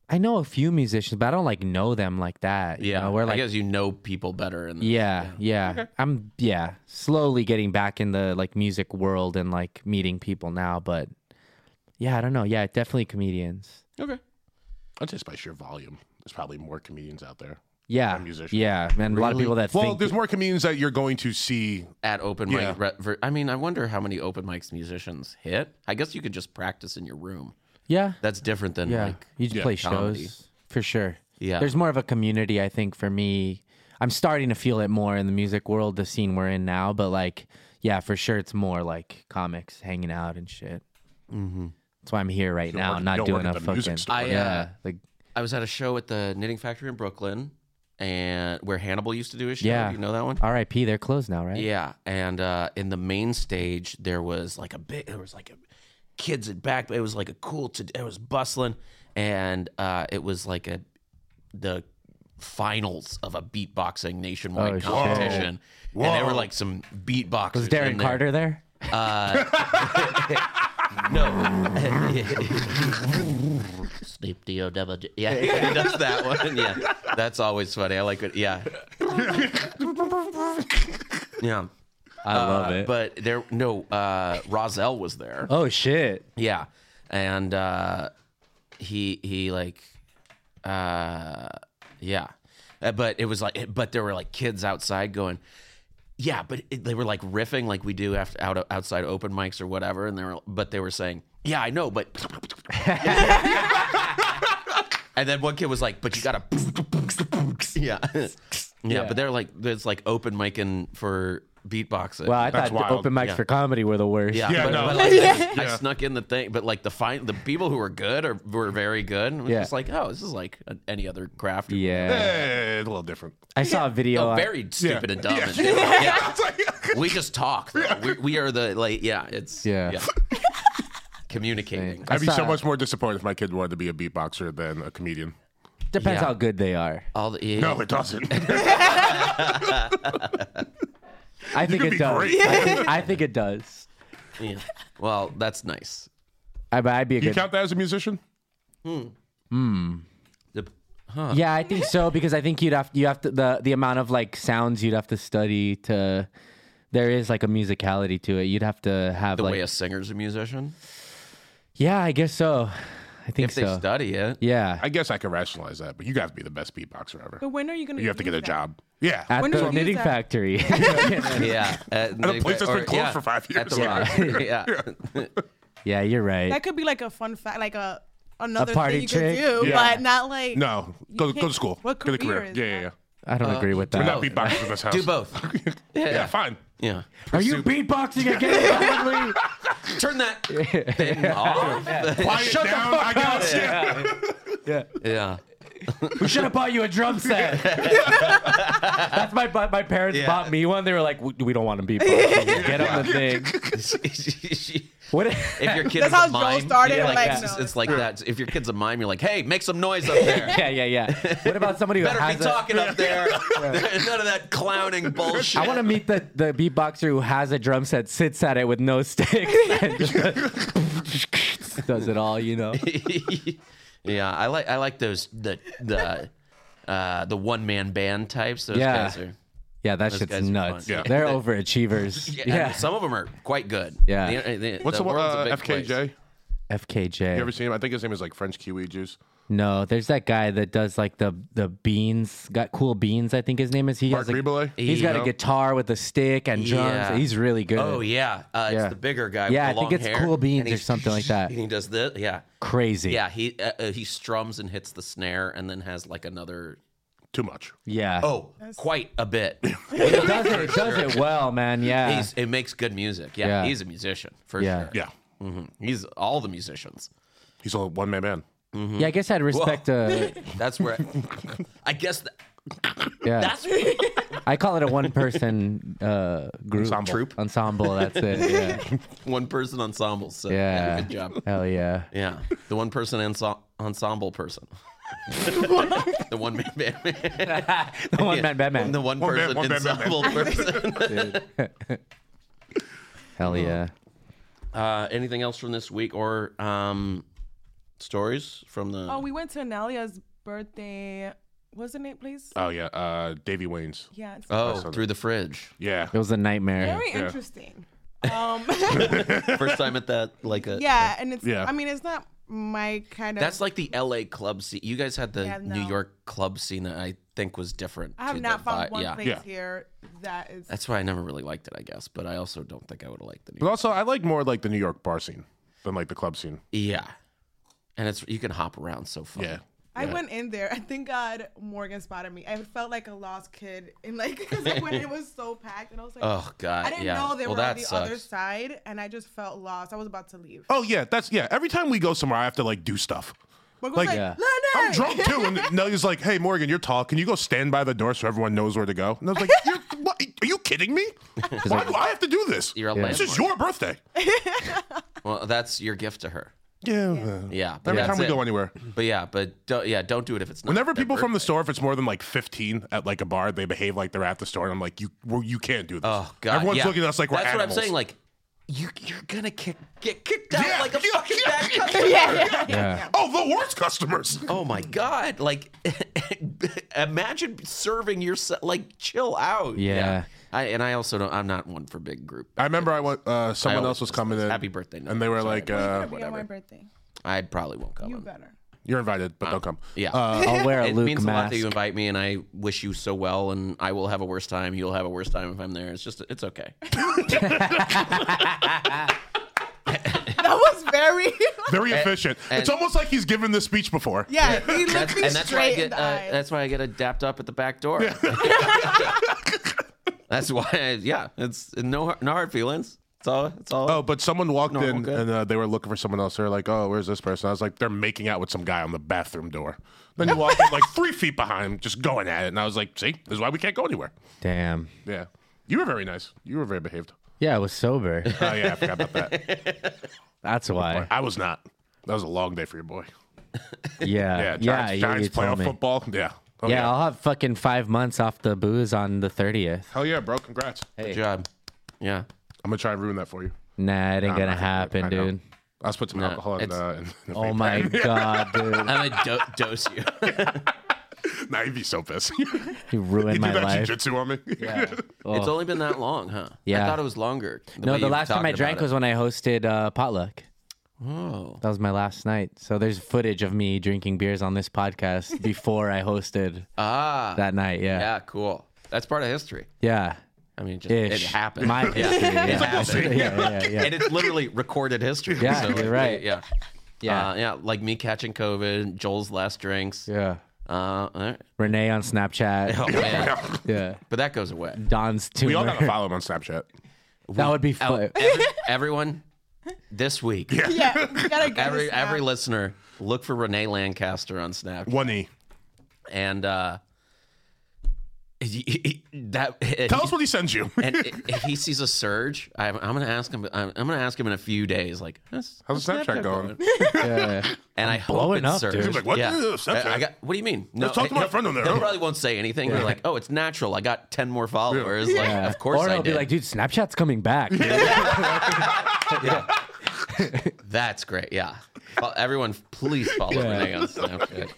I know a few musicians, but I don't like know them like that. you Yeah. know? we're I like, guess you know people better. And yeah, yeah. I'm yeah, slowly getting back in the like music world and like meeting people now, but yeah, I don't know. Yeah, definitely comedians. Okay. Not just by sheer volume. There's probably more comedians out there. Yeah, musicians. yeah, and a lot of people that Well, think there's more comedians that you're going to see. at open Yeah. mic. Re- ver- I mean, I wonder how many open mics musicians hit. I guess you could just practice in your room. yeah, That's different than Yeah, like you just Yeah. play comedy. shows for sure. Yeah. there's more of a community. I think for me, I'm starting to feel it more in the music world, the scene we're in now. But like, yeah, for sure, it's more like comics hanging out and shit. Mm-hmm. That's why I'm here right now, work- you not don't doing work a at the music fucking store. I, uh, yeah, like I was at a show at the Knitting Factory in Brooklyn, and where Hannibal used to do his show. Yeah. Do you know that one? R.I.P. They're closed now, right? Yeah, and uh, in the main stage there was like a bit. There was like a, kids at back. It was like a cool. To, it was bustling, and uh, it was like a the finals of a beatboxing nationwide Oh, shit. competition, and there were Whoa. like some beatboxers. Was Darren in there. Carter there? No. Snoop D O double J. Yeah, he does that one. Yeah, that's always funny. I like it. Yeah. Yeah. I love it. But there, no, uh, Roselle was there. oh shit! Yeah. and uh, he he like uh, yeah, Uh, but it was like but there were like kids outside going. Yeah, but it, they were like riffing like we do after out outside open mics or whatever, and they were but they were saying, "Yeah, I know," but and then one kid was like, "But you gotta," yeah, yeah, But they're like, there's like open micing for beatboxing. Well, I That's thought the wild. open mics Yeah. for comedy were the worst. Yeah, Yeah, but, no. but, like, I- I, Yeah. snuck in the thing, but like the fine, the people who were good or were very good. And was Yeah. just like, oh, this is like a, any other craft. Yeah. Eh, it's a little different. I saw a video. Oh, uh, very stupid Yeah. and dumb. Yeah. and different. Yeah. It's like- we just talk. though. We, we are the like, yeah, it's Yeah. communicating. I I'd be saw- so much more disappointed if my kid wanted to be a beatboxer than a comedian. depends yeah. how good they are. All the yeah. No, it doesn't. I think could it be does. great. I, think, I think it does. yeah. Well, that's nice. I, but I'd be a you good. count that as a musician? The, Yeah, I think so because I think you'd have you have to the the amount of like sounds you'd have to study to. There is like a musicality to it. You'd have to have the like way a singer's a musician, yeah, I guess so. I think if they so. study it. yeah, I guess I could rationalize that, but you got to be the best beatboxer ever. But when are you gonna? You have to use get a that? job. Yeah. at When did the you use knitting that? factory. Yeah, at a place that's or- been closed for five At the years. Rock. yeah. yeah, you're right. That could be like a fun fact, like a another party thing you could trick? do, Yeah. but not like No, You go, go can't- to school. what Get a career career. is Yeah, yeah, yeah. I Oh, don't agree with We're that. not beatboxers in this house. Do both. Yeah, fine. Yeah. Are you beatboxing again? Probably. Turn that thing off. Quiet down, I guess. Yeah. Yeah. We should have bought you a drum set. That's my but my parents Yeah. bought me one. They were like, we, we don't want to be boxing. Get on the thing. if What? your kid is That's how a Joel mime, started, yeah, I'm like, like, it's, no. it's like that. If your kid's a mime, you're like, hey, make some noise up there. yeah, yeah, yeah. What about somebody who Better has be a- talking up there. None of that clowning bullshit. I want to meet the, the beatboxer who has a drum set, sits at it with no sticks, and just does it all, you know? yeah, I like I like those the the uh, the one man band types. Those Yeah. guys are. Yeah, that guys shit's are nuts. fun. Yeah. They're overachievers. Yeah, Yeah. and Some of them are quite good. Yeah. The- the- What's the the, one? world's a Uh, big FKJ? place. FKJ. You ever seen him? I think his name is like French Kiwi Juice. no, there's that guy that does like the the beans, got cool beans, I think his name is. He Mark has a- Rebelay? He's got a guitar with a stick and drums. Yeah. He's really good. Oh yeah, uh, it's Yeah. the bigger guy. Yeah, with the I think long it's hair, Cool Beans and he- or something like that. And he does this. Yeah, Crazy. yeah. He uh, uh, he strums and hits the snare, and then has like another. Too much. Yeah. Oh, quite a bit. It does it, it does it well, man. Yeah. He's, it makes good music. Yeah, Yeah. he's a musician for Yeah. sure. Yeah. Mhm. He's all the musicians. He's a one man band. Yeah, I guess I'd respect uh, a That's where I guess th- yeah. that's I call it a one person uh group Ensemble. Troupe. Ensemble, that's it. Yeah. one person ensemble. So Yeah. good job. Hell yeah. Yeah, the one person enso- ensemble person. the one man band. The one man Batman. The one, One man- person one man band. ensemble person. Hell yeah. Uh, anything else from this week or um, stories from the? Oh, we went to Analia's birthday. What's the name, please? Oh, yeah. Uh, Davy Wayne's. yeah, it's Oh, through the fridge. Yeah. It was a nightmare. very yeah. interesting. Um, First time at that, like a. yeah, and it's. Yeah. I mean, it's not my kind of. That's like the L.A. club scene. You guys had the Yeah, New no. York club scene that I think was different. I have to not the found vibe. one yeah. place Yeah. here that is. That's why I never really liked it, I guess. But I also don't think I would have liked the New But York. also, I like more like the New York bar scene than like the club scene. Yeah. And it's you can hop around so far. Yeah. I went in there, and thank God Morgan spotted me. I felt like a lost kid, and like because I went, it was so packed, and I was like, Oh God. I didn't yeah. know they well, were on that the sucks. other side, and I just felt lost. I was about to leave. Oh, yeah. That's, yeah. Every time we go somewhere, I have to like do stuff. Morgan Like- was like, Yeah. I'm drunk Leonard, too. And Nellie's like, hey, Morgan, you're tall. Can you go stand by the door so everyone knows where to go? And I was like, you're, what, are you kidding me? Why do I have to do this? You're a This is landlord. your birthday. Well, that's your gift to her. Yeah. Yeah. but Every that's time we it. go anywhere. But yeah, but don't, yeah, don't do it if it's not. Whenever their people from the birthday. store, if it's more than like 15 at like a bar, they behave like they're at the store. And I'm like, you well, you can't do this. Oh God! Everyone's yeah. looking at us like we're That's animals. what I'm saying. Like, you you're gonna kick, get kicked out Yeah, like a yeah, fucking yeah, bad yeah. customer. yeah, yeah, Yeah. oh, the worst customers. Oh my God! Oh Like, imagine serving yourself. Like, chill out. Yeah. I, and I also don't. I'm not one for big group. I remember I went. Uh, someone always else was miss coming those. in. Happy birthday, no, and they were sorry. like, uh, Be on my birthday. I probably won't come. You I'm- better. "You're invited, but don't come." yeah. Uh, I'll wear a it Luke means a lot mask. that you invite me, and I wish you so well. And I will have a worse time. You'll have a worse time if I'm there. It's just, it's okay. That was very. very efficient. it's almost like he's given this speech before. yeah, he looked me and that's why I straight in get uh, the eye. that's why I get adapt up at the back door. that's why, I, yeah. It's no no hard feelings. It's all. It's all. Oh, but someone walked in okay. and uh, they were looking for someone else. They're like, "Oh, where's this person?" I was like, "They're making out with some guy on the bathroom door." Then you walk in like three feet behind him, just going at it, and I was like, "See, this is why we can't go anywhere." Damn. Yeah, you were very nice. You were very behaved. Yeah, I was sober. Oh yeah, I forgot about that. That's why. I was not. That was a long day for your boy. Yeah. Yeah, Uh, Yeah. Yeah. Giants, Giants you told playoff me. football. Yeah. Oh, Yeah, I'll have fucking five months off the booze on the thirtieth. Hell yeah, bro! Congrats. Good job. Yeah. I'm gonna try and ruin that for you. Nah, it ain't gonna not gonna happen, I know. dude. I was put some alcohol in, it's- uh, in the Oh my god, dude. I'm gonna do- dose you. Nah, you'd be so pissed. You ruined you my did that life. jujitsu on me. Yeah. It's only been that long, huh? Oh. Yeah. I thought it was longer. No, way the you last time talked I about drank it. was when I hosted uh, potluck. Oh. That was my last night. So there's footage of me drinking beers on this podcast before I hosted Ah. that night. Yeah. yeah. Cool. That's part of history. Yeah. I mean, it just it Ish. happened. My yeah. history, yeah. It happened. Yeah. Yeah. Yeah. and it's literally recorded history. Yeah, so you're like, right. Yeah, Yeah. uh, yeah. Like me catching COVID, Joel's last drinks. yeah. Uh, all right. Renee on Snapchat. oh, man. Yeah. but that goes away. Don's tumor. We all gotta follow him on Snapchat. that would be fun. Every, everyone, this week, yeah, you gotta get every every listener, look for Renee Lancaster on Snapchat, One E. and uh, he- he- he- that Tell us what he sends you. and if he sees a surge, I'm, I'm gonna ask him. I'm, I'm gonna ask him in a few days. Like, how's, How's Snapchat going? Yeah. And I hope blowing it up, surges. dude. He's like, what? Yeah. Ugh, Snapchat. I I got. What do you mean? No, talk to my he'll- friend on there. He probably won't say anything. They're like, oh, it's natural. I got ten more followers. Like, of course Or I I'll did. be like, dude, Snapchat's coming back. dude. That's great. Yeah. Well, everyone, please follow Renee on Snapchat.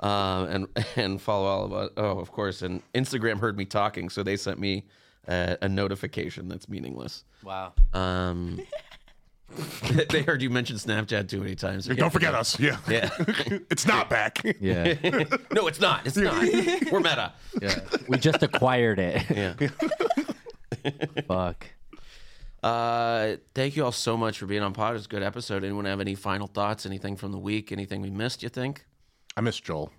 Um, and and follow all of us. Oh, of course. And Instagram heard me talking, so they sent me uh, a notification that's meaningless. Wow. Um, they heard you mention Snapchat too many times. Don't forget us. Yeah. Yeah. it's not back. Yeah. no, it's not. It's not. We're meta. Yeah. We just acquired it. Yeah. Fuck. Uh, thank you all so much for being on pod. It's a good episode. Anyone have any final thoughts? Anything from the week? Anything we missed? You think? I miss Joel.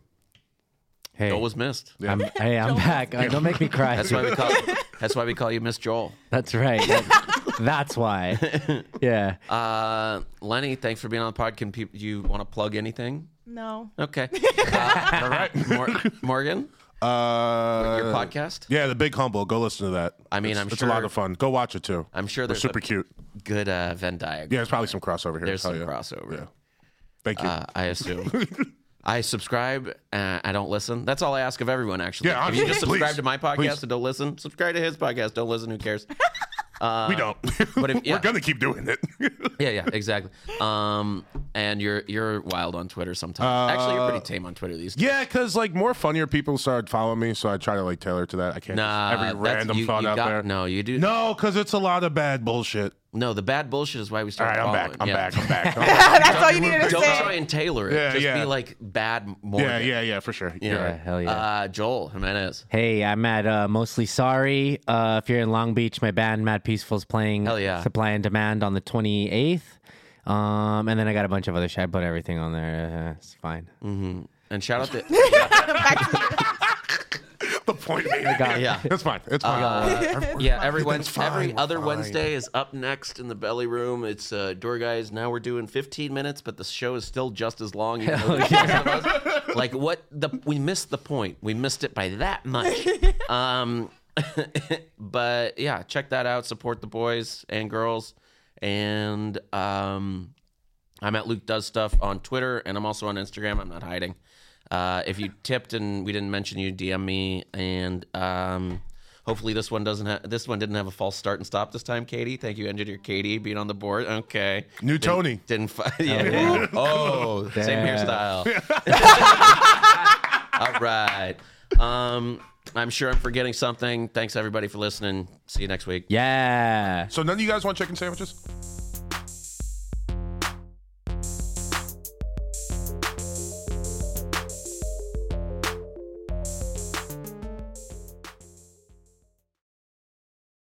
Hey, Joel was missed. I'm, hey, I'm back. Uh, don't make me cry. That's That's, why we call. that's why we call you Miss Joel. right. That- That's why. Yeah. Uh, Lenny, thanks for being on the pod. Can peop you want to plug anything? No. Okay. Uh, all right, Mor- Morgan, Uh, your podcast. Yeah, the Big Humble. Go listen to that. I mean, it's, I'm it's sure- a lot of fun. Go watch it too. I'm sure they're there's super a cute. good uh, Venn diagram. Yeah, there's probably some crossover here. There's Hell some yeah. crossover. Yeah. Thank you. Uh, I assume. I subscribe. Uh, I don't listen. That's all I ask of everyone. Actually, Yeah, if you just honestly, subscribe please, to my podcast please. and don't listen, subscribe to his podcast. Don't listen. Who cares? we don't. but if- yeah. We're gonna keep doing it. Yeah, yeah, exactly. Um, and you're you're wild on Twitter sometimes. Actually, you're pretty tame on Twitter these days. Uh, yeah, because like more funnier people started following me, so I try to like tailor to that. I can't Nah, just every that's- random you- thought you out got- there. No, you do. No, No, because it's a lot of bad bullshit. the bad bullshit is why we All started right, I'm following. back. I'm Yeah. back. I'm back. I'm back. That's all you needed to Don't say. try and tailor it. Yeah, Just yeah. be like bad Morgan. yeah, yeah, yeah, for sure. You're Yeah. right. Hell yeah. Uh, Joel Jimenez. Hey, I'm at uh, Mostly Sorry. Uh, if you're in Long Beach, my band Mad Peaceful is playing Hell yeah. Supply and Demand on the 28th. Um, and then I got a bunch of other shit. I put everything on there. Uh, it's fine. Mm. And shout out to The point made. yeah. It's fine. It's fine. yeah every Wednesday, Everything's fine. every We're other fine. Wednesday is up next in the belly room. It's uh, door guys. Now we're doing 15 minutes, but the show is still just as long. even though there's less of us. Like what the we missed the point. We missed it by that much. Um, but yeah, check that out. Support the boys and girls. And um, I'm at Luke Does Stuff on Twitter, and I'm also on Instagram. I'm not hiding. Uh, if you tipped and we didn't mention you, DM me, and um, hopefully this one doesn't. Ha- this one didn't have a false start and stop this time. Katie, thank you, engineer Katie, being on the board. Okay, New Tony. didn't. Fi- yeah. Oh, same Damn. hairstyle. All right. Um, I'm sure I'm forgetting something. Thanks everybody for listening. See you next week. Yeah. So none of you guys want chicken sandwiches?